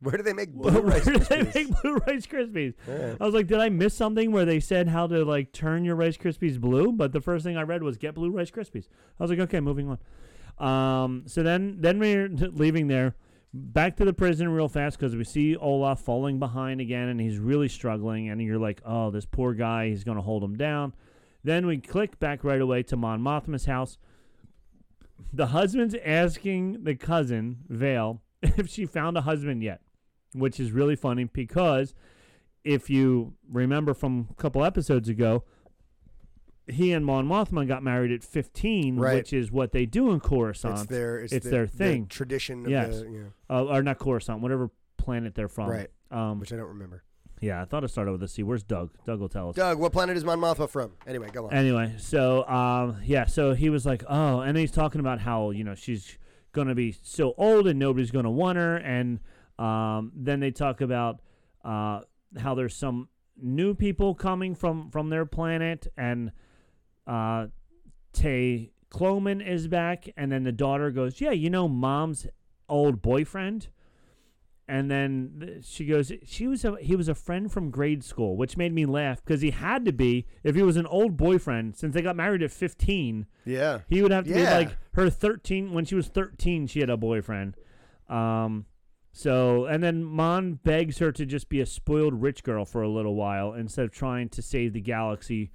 Speaker 2: Where do they make blue
Speaker 1: where
Speaker 2: rice?
Speaker 1: did they
Speaker 2: Krispies?
Speaker 1: make blue Rice Krispies? I was like, did I miss something where they said how to like turn your Rice Krispies blue? But the first thing I read was get blue Rice Krispies. I was like, okay, moving on. Um, so then, then we're leaving there, back to the prison real fast because we see Olaf falling behind again, and he's really struggling. And you're like, oh, this poor guy, he's gonna hold him down. Then we click back right away to Mon Mothma's house. The husband's asking the cousin Vale if she found a husband yet, which is really funny because if you remember from a couple episodes ago, he and Mon Mothma got married at 15,
Speaker 2: Right.
Speaker 1: which is what they do in Coruscant.
Speaker 2: It's their it's, the-
Speaker 1: their
Speaker 2: the
Speaker 1: thing.
Speaker 2: tradition. Of
Speaker 1: Yes.
Speaker 2: the, you know,
Speaker 1: Uh, or not Coruscant, whatever planet they're from.
Speaker 2: Right.
Speaker 1: Um,
Speaker 2: which I don't remember.
Speaker 1: yeah, I thought it started with a C. Where's Doug? Doug will tell us.
Speaker 2: Doug, what planet is Mon Mothma from? Anyway, go on.
Speaker 1: Anyway, so um, yeah, so he was like, oh, and he's talking about how you know she's gonna be so old and nobody's gonna want her, and um, then they talk about uh, how there's some new people coming from from their planet, and uh, Tay Cloman is back, and then the daughter goes, yeah, you know, mom's old boyfriend. And then th- she goes, she was a, he was a friend from grade school, which made me laugh because he had to be, if he was an old boyfriend, since they got married at 15,
Speaker 2: yeah.
Speaker 1: he would have to
Speaker 2: Yeah.
Speaker 1: be like her 13. When she was 13, she had a boyfriend. Um, so, and then Mon begs her to just be a spoiled rich girl for a little while instead of trying to save the galaxy.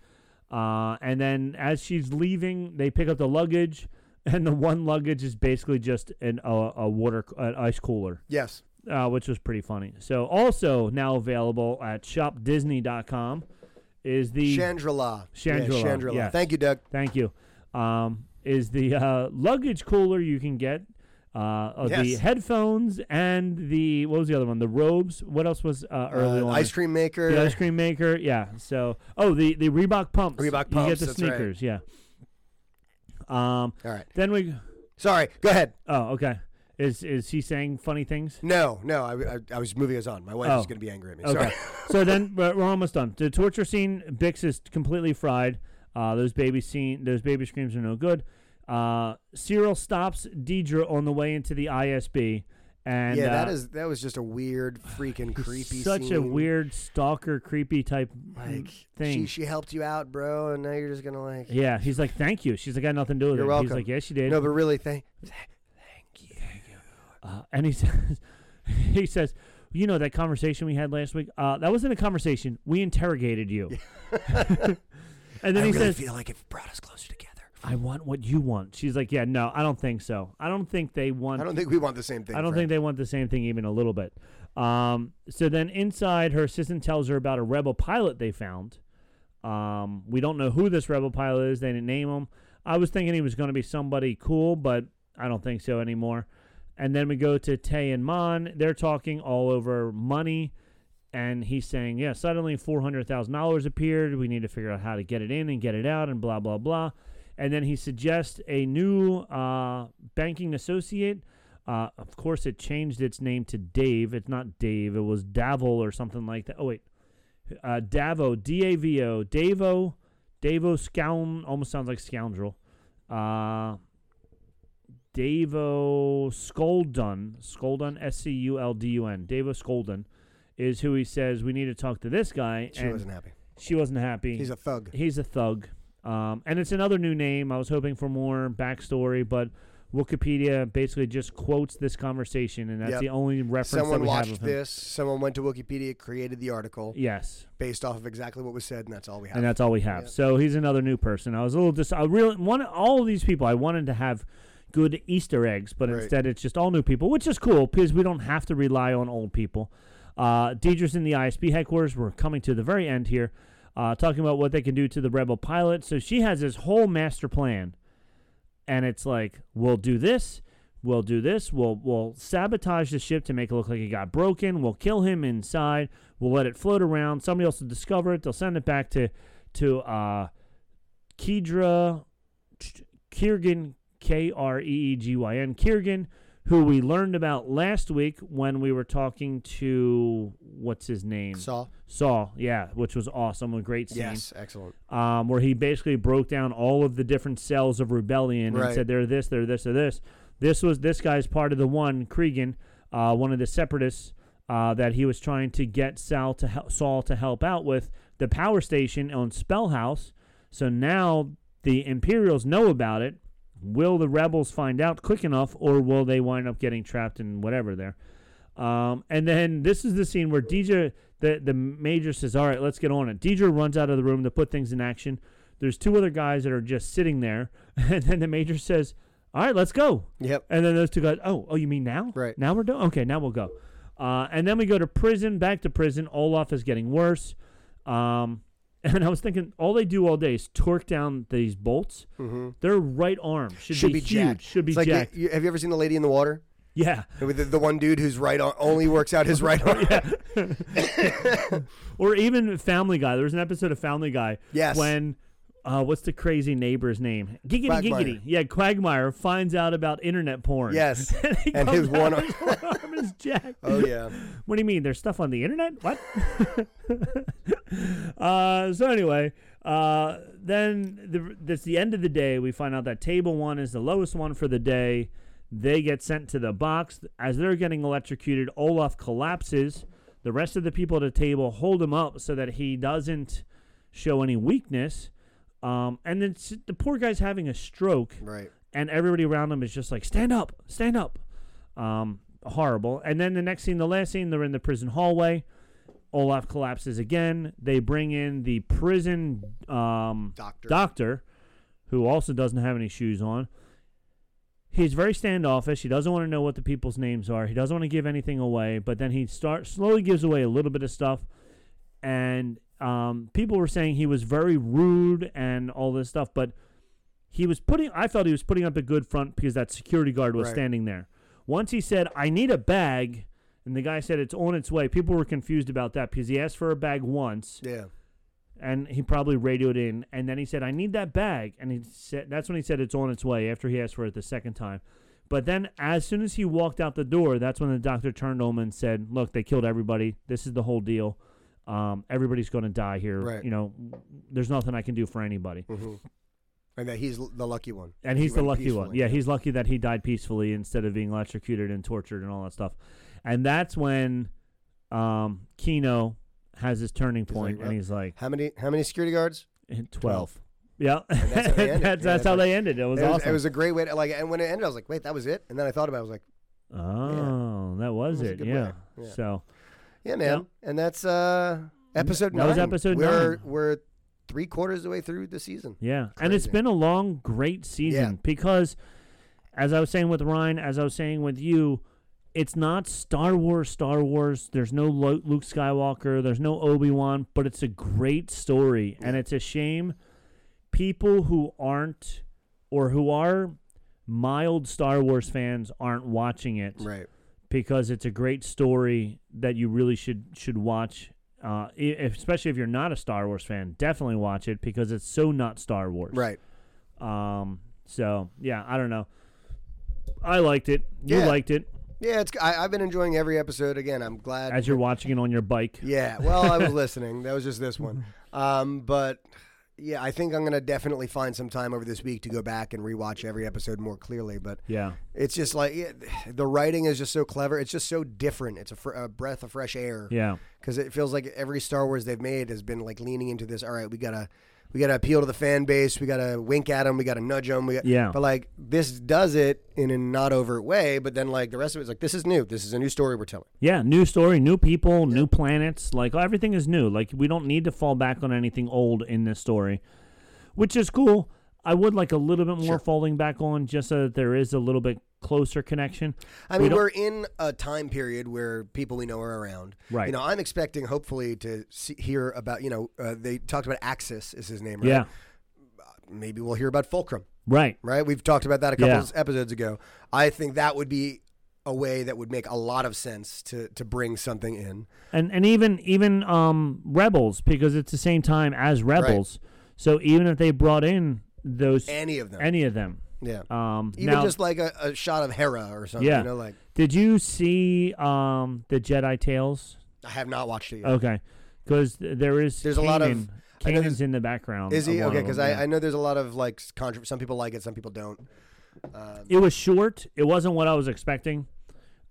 Speaker 1: Uh, and then as she's leaving, they pick up the luggage, and the one luggage is basically just an, a, a water, an ice cooler
Speaker 2: Yes.
Speaker 1: uh, which was pretty funny. So, also now available at shopdisney.com is the
Speaker 2: Chandra La.
Speaker 1: Chandrila,
Speaker 2: Yeah, Chandra La.
Speaker 1: E. yes.
Speaker 2: Thank you, Doug.
Speaker 1: thank you um, is the uh, luggage cooler you can get uh, of the
Speaker 2: Yes.
Speaker 1: headphones and the what was the other one? The robes. What else was uh, early
Speaker 2: Uh,
Speaker 1: on?
Speaker 2: ice cream maker.
Speaker 1: The ice cream maker, yeah. So, oh, the the Reebok pumps.
Speaker 2: Reebok
Speaker 1: You get
Speaker 2: pumps,
Speaker 1: the
Speaker 2: that's right.
Speaker 1: sneakers, yeah. Um,
Speaker 2: All right.
Speaker 1: then we.
Speaker 2: Sorry. Go ahead.
Speaker 1: Oh, okay. Is is he saying funny things?
Speaker 2: No, no. I, I, I was moving us on. My wife
Speaker 1: Oh.
Speaker 2: is going to be angry at me.
Speaker 1: Okay.
Speaker 2: Sorry.
Speaker 1: so then we're we're almost done. The torture scene, Bix is completely fried. Uh, those baby scene, those baby screams are no good. Uh, Cyril stops Deidre on the way into the ISB, and
Speaker 2: yeah, that
Speaker 1: uh,
Speaker 2: is that was just a weird, freaking creepy.
Speaker 1: such a
Speaker 2: scene.
Speaker 1: weird stalker, creepy type mm,
Speaker 2: like
Speaker 1: thing.
Speaker 2: She she helped you out, bro, and now you're just gonna like.
Speaker 1: yeah, he's like, "Thank you." She's like, "I got nothing to do with
Speaker 2: You're
Speaker 1: it."
Speaker 2: welcome.
Speaker 1: He's like, "Yes, she did."
Speaker 2: No, but really, thank.
Speaker 1: Uh, and he says, he says, you know that conversation we had last week. Uh, that wasn't a conversation. We interrogated you. and then
Speaker 2: I
Speaker 1: he
Speaker 2: really
Speaker 1: says,
Speaker 2: feel like it brought us closer together.
Speaker 1: I want what you want. She's like, yeah, no, I don't think so. I don't think they want.
Speaker 2: I don't think we want the same thing.
Speaker 1: I don't think they want the same thing even a little bit. Um, so then inside, her assistant tells her about a rebel pilot they found. Um, we don't know who this rebel pilot is. They didn't name him. I was thinking he was going to be somebody cool, but I don't think so anymore. And then we go to Tay and Mon. They're talking all over money. And he's saying, yeah, suddenly $400,000 appeared. We need to figure out how to get it in and get it out and blah, blah, blah. And then he suggests a new uh, banking associate. Uh, of course, it changed its name to Dave. It's not Dave. It was Davil or something like that. Oh, wait uh, Davo, D A V O, Davo, Davo Scound, almost sounds like scoundrel. Uh, Davo Scoldun, Scoldun, S C U L D U N, Davo Scoldun is who he says we need to talk to this guy.
Speaker 2: She
Speaker 1: and
Speaker 2: wasn't happy.
Speaker 1: She wasn't happy.
Speaker 2: He's a thug.
Speaker 1: He's a thug. Um, and it's another new name. I was hoping for more backstory, but Wikipedia basically just quotes this conversation, and that's
Speaker 2: Yep.
Speaker 1: the only reference that
Speaker 2: Someone
Speaker 1: we have
Speaker 2: watched
Speaker 1: of him.
Speaker 2: this. Someone went to Wikipedia, created the article
Speaker 1: Yes.
Speaker 2: based off of exactly what was said, and that's all we have.
Speaker 1: and that's all we have.
Speaker 2: Yeah.
Speaker 1: So he's another new person. I was a little dis. I really want all of these people. I wanted to have good Easter eggs, but
Speaker 2: Right.
Speaker 1: instead it's just all new people, which is cool because we don't have to rely on old people. Uh, Deidre's in the ISB headquarters. We're coming to the very end here, uh, talking about what they can do to the rebel pilot. So she has this whole master plan, and it's like we'll do this. We'll do this. We'll we'll sabotage the ship to make it look like it got broken. We'll kill him inside. We'll let it float around. Somebody else will discover it. They'll send it back to to uh, Kedra Kiergan, K R E E G Y N, Kiergan, who we learned about last week when we were talking to what's his name?
Speaker 2: Saw.
Speaker 1: Saul, yeah, which was awesome, a great scene
Speaker 2: Yes, excellent.
Speaker 1: um, where he basically broke down all of the different cells of rebellion and
Speaker 2: Right.
Speaker 1: said they're this, they're this, or this. This was this guy's part of the one Cregan, uh, one of the separatists uh, that he was trying to get Sal to hel- Saul to help out with the power station on Spellhouse. So now the Imperials know about it. Will the rebels find out quick enough, or will they wind up getting trapped in whatever there? Um, and then this is the scene where DJ, the, the major says, All right, let's get on it. DJ runs out of the room to put things in action. There's two other guys that are just sitting there. And then the major says, All right, let's go.
Speaker 2: Yep.
Speaker 1: And then those two guys, Oh, oh, you mean now?
Speaker 2: Right.
Speaker 1: Now we're doing? Okay, now we'll go. Uh, and then we go to prison, back to prison. Olaf is getting worse. Um, and I was thinking, all they do all day is torque down these bolts. Mm-hmm. Their right arm should,
Speaker 2: Should
Speaker 1: be,
Speaker 2: be,
Speaker 1: huge.
Speaker 2: jacked.
Speaker 1: Should be
Speaker 2: It's like, you-
Speaker 1: jacked.
Speaker 2: you- have you ever seen the lady in the water?
Speaker 1: yeah.
Speaker 2: With the, the one dude whose right arm only works out his right arm.
Speaker 1: or even Family Guy. There was an episode of Family Guy.
Speaker 2: Yes.
Speaker 1: When uh, what's the crazy neighbor's name? Giggity
Speaker 2: Quagmire.
Speaker 1: giggity. Yeah, Quagmire finds out about internet porn.
Speaker 2: Yes.
Speaker 1: he
Speaker 2: and
Speaker 1: comes
Speaker 2: his one
Speaker 1: out,
Speaker 2: arm.
Speaker 1: his arm is jacked.
Speaker 2: Oh yeah.
Speaker 1: What do you mean? There's stuff on the internet? What? uh, so anyway, uh, then the, that's the end of the day. We find out that table one is the lowest one for the day. They get sent to the box. As they're getting electrocuted, Olaf collapses. The rest of the people at the table hold him up so that he doesn't show any weakness. Um, and then s- the poor guy's having a stroke
Speaker 2: Right.
Speaker 1: and everybody around him is just like, "Stand up, stand up." Um, horrible. And then the next scene, the last scene, they're in the prison hallway. Olaf collapses again. They bring in the prison um,
Speaker 2: Doctor.
Speaker 1: doctor, who also doesn't have any shoes on. He's very standoffish. He doesn't want to know what the people's names are. He doesn't want to give anything away. But then he start slowly gives away a little bit of stuff, and um, people were saying he was very rude and all this stuff. But he was putting I felt he was putting up a good front because that security guard was
Speaker 2: Right.
Speaker 1: standing there. Once he said, I need a bag, and the guy said it's on its way, people were confused about that because he asked for a bag once
Speaker 2: Yeah.
Speaker 1: and he probably radioed in and then he said, I need that bag and he said that's when he said it's on its way after he asked for it the second time. But then as soon as he walked out the door, that's when the doctor turned to him and said, Look, they killed everybody. This is the whole deal. Um, everybody's going to die here.
Speaker 2: Right.
Speaker 1: You know, there's nothing I can do for anybody.
Speaker 2: Mm-hmm. And that he's l- the lucky one.
Speaker 1: And
Speaker 2: He
Speaker 1: he's the
Speaker 2: went
Speaker 1: lucky one.
Speaker 2: peacefully.
Speaker 1: Yeah, he's lucky that he died peacefully instead of being electrocuted and tortured and all that stuff. And that's when um, Kino has his turning
Speaker 2: He's
Speaker 1: point
Speaker 2: like,
Speaker 1: and
Speaker 2: "Well,
Speaker 1: he's like,
Speaker 2: How many how many security guards?
Speaker 1: 12. Yeah.
Speaker 2: And that's how they
Speaker 1: that's
Speaker 2: ended. Yeah,
Speaker 1: that's
Speaker 2: it's
Speaker 1: how
Speaker 2: like-
Speaker 1: they ended. It was
Speaker 2: it, was,
Speaker 1: awesome.
Speaker 2: it was a great way to like and when it ended I was like, wait, that was it? And then I thought about it, I was like,
Speaker 1: oh, that was,
Speaker 2: That was a
Speaker 1: it.
Speaker 2: good
Speaker 1: Yeah.
Speaker 2: way. Yeah.
Speaker 1: So,
Speaker 2: Yeah, man. And that's uh episode
Speaker 1: That
Speaker 2: nine.
Speaker 1: was episode
Speaker 2: we're,
Speaker 1: nine.
Speaker 2: We're three quarters of the way through the season.
Speaker 1: yeah. And it's
Speaker 2: Crazy.
Speaker 1: been a long, great season because, as I was saying with Ryan, as I was saying with you, it's not Star Wars, Star Wars. There's no Lo- Luke Skywalker. There's no Obi Wan, but it's a great story. And it's a shame people who aren't or who are mild Star Wars fans aren't watching it
Speaker 2: Right.
Speaker 1: because it's a great story that you really should should watch. Uh, i- especially if you're not a Star Wars fan, definitely watch it because it's so not Star Wars.
Speaker 2: Right.
Speaker 1: Um. So yeah, I don't know. I liked it. You
Speaker 2: Yeah.
Speaker 1: liked it
Speaker 2: Yeah, it's. I, I've been enjoying every episode. Again, I'm glad.
Speaker 1: as you're watching it on your bike.
Speaker 2: yeah. Well, I was listening. That was just this one. Um, but yeah, I think I'm gonna definitely find some time over this week to go back and rewatch every episode more clearly. But
Speaker 1: Yeah.
Speaker 2: it's just like yeah, the writing is just so clever. It's just so different. It's a, fr- a breath of fresh air.
Speaker 1: Yeah.
Speaker 2: because it feels like every Star Wars they've made has been like leaning into this. All right, we gotta we gotta appeal to the fan base. We gotta wink at them. We gotta nudge them. We got,
Speaker 1: Yeah.
Speaker 2: But like this does it in a not overt way. But then like the rest of it's like this is new. This is a new story we're telling.
Speaker 1: Yeah, new story, new people, new planets. Like everything is new. Like we don't need to fall back on anything old in this story, which is cool. I would like a little bit more falling back on just so that there is a little bit closer connection.
Speaker 2: I
Speaker 1: We
Speaker 2: mean,
Speaker 1: don't-
Speaker 2: we're in a time period where people we know are around.
Speaker 1: Right.
Speaker 2: You know, I'm expecting hopefully to see, hear about. You know, uh, they talked about Axis is his name. Right?
Speaker 1: Yeah,
Speaker 2: Maybe we'll hear about Fulcrum.
Speaker 1: right.
Speaker 2: right? We've talked about that a couple
Speaker 1: Yeah.
Speaker 2: of episodes ago. I think that would be a way that would make a lot of sense to to bring something in.
Speaker 1: And and even even um rebels because it's the same time as rebels. So even if they brought in those
Speaker 2: Any of them.
Speaker 1: any of them,
Speaker 2: yeah.
Speaker 1: um,
Speaker 2: Even
Speaker 1: now,
Speaker 2: just like a, a shot of Hera or something.
Speaker 1: Yeah.
Speaker 2: You know, like
Speaker 1: did you see um the Jedi Tales?
Speaker 2: I have not watched it yet.
Speaker 1: Okay, because there is
Speaker 2: There's a lot of-
Speaker 1: Kanan.
Speaker 2: I know
Speaker 1: Kanan's
Speaker 2: there's-
Speaker 1: in the background.
Speaker 2: Is
Speaker 1: of
Speaker 2: he
Speaker 1: one
Speaker 2: okay?
Speaker 1: of
Speaker 2: Because
Speaker 1: them, yeah.
Speaker 2: I, I know there's a lot of like contro- some people like it, some people don't.
Speaker 1: it was short. It wasn't what I was expecting.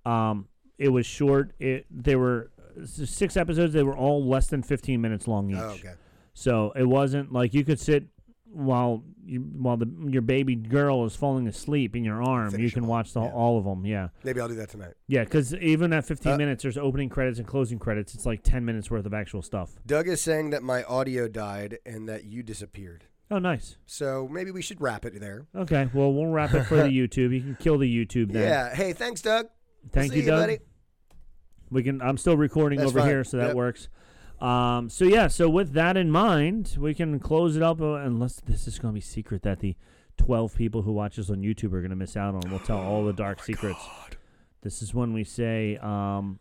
Speaker 1: Um, it was short. It they were s- six episodes. They were all less than fifteen minutes long each.
Speaker 2: Oh, okay.
Speaker 1: So it wasn't like you could sit while you, while the your baby girl is falling asleep in your arm. you can watch the, all of them. Yeah,
Speaker 2: Maybe I'll do that tonight.
Speaker 1: yeah. Because even at fifteen
Speaker 2: Uh,
Speaker 1: minutes, there's opening credits and closing credits. It's like ten minutes worth of actual stuff.
Speaker 2: Doug is saying that my audio died and that you disappeared.
Speaker 1: Oh, nice.
Speaker 2: So maybe we should wrap it there.
Speaker 1: Okay. Well, we'll wrap it for the YouTube. You can kill the YouTube then.
Speaker 2: Yeah. Hey, thanks, Doug.
Speaker 1: Thank
Speaker 2: See
Speaker 1: you,
Speaker 2: you,
Speaker 1: Doug.
Speaker 2: buddy.
Speaker 1: We can. I'm still recording
Speaker 2: That's
Speaker 1: over
Speaker 2: fine.
Speaker 1: here, so that
Speaker 2: Yep.
Speaker 1: works. Um, so yeah. So with that in mind, we can close it up. uh, Unless this is going to be secret that the 12 people who watch us on YouTube are going to miss out on. We'll tell all the
Speaker 2: Oh
Speaker 1: dark secrets. This is when we say, um,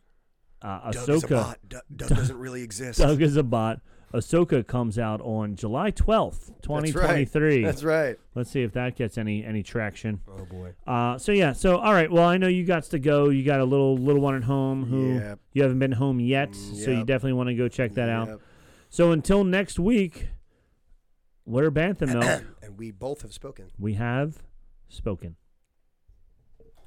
Speaker 1: uh,
Speaker 2: Doug is a
Speaker 1: Ahsoka.
Speaker 2: bot. Doug, Doug doesn't really exist.
Speaker 1: Doug is a bot. Ahsoka comes out on July 12th,
Speaker 2: That's right.
Speaker 1: 2023.
Speaker 2: That's right.
Speaker 1: Let's see if that gets any any traction.
Speaker 2: Oh boy.
Speaker 1: Uh, so yeah, so all right. Well, I know you got to go. You got a little little one at home who
Speaker 2: Yep. Mm,
Speaker 1: you haven't been home yet, so you
Speaker 2: yep.
Speaker 1: definitely want to go check that out.
Speaker 2: Yep.
Speaker 1: So until next week, we're Bantha Milk.
Speaker 2: and we both have spoken.
Speaker 1: we have spoken.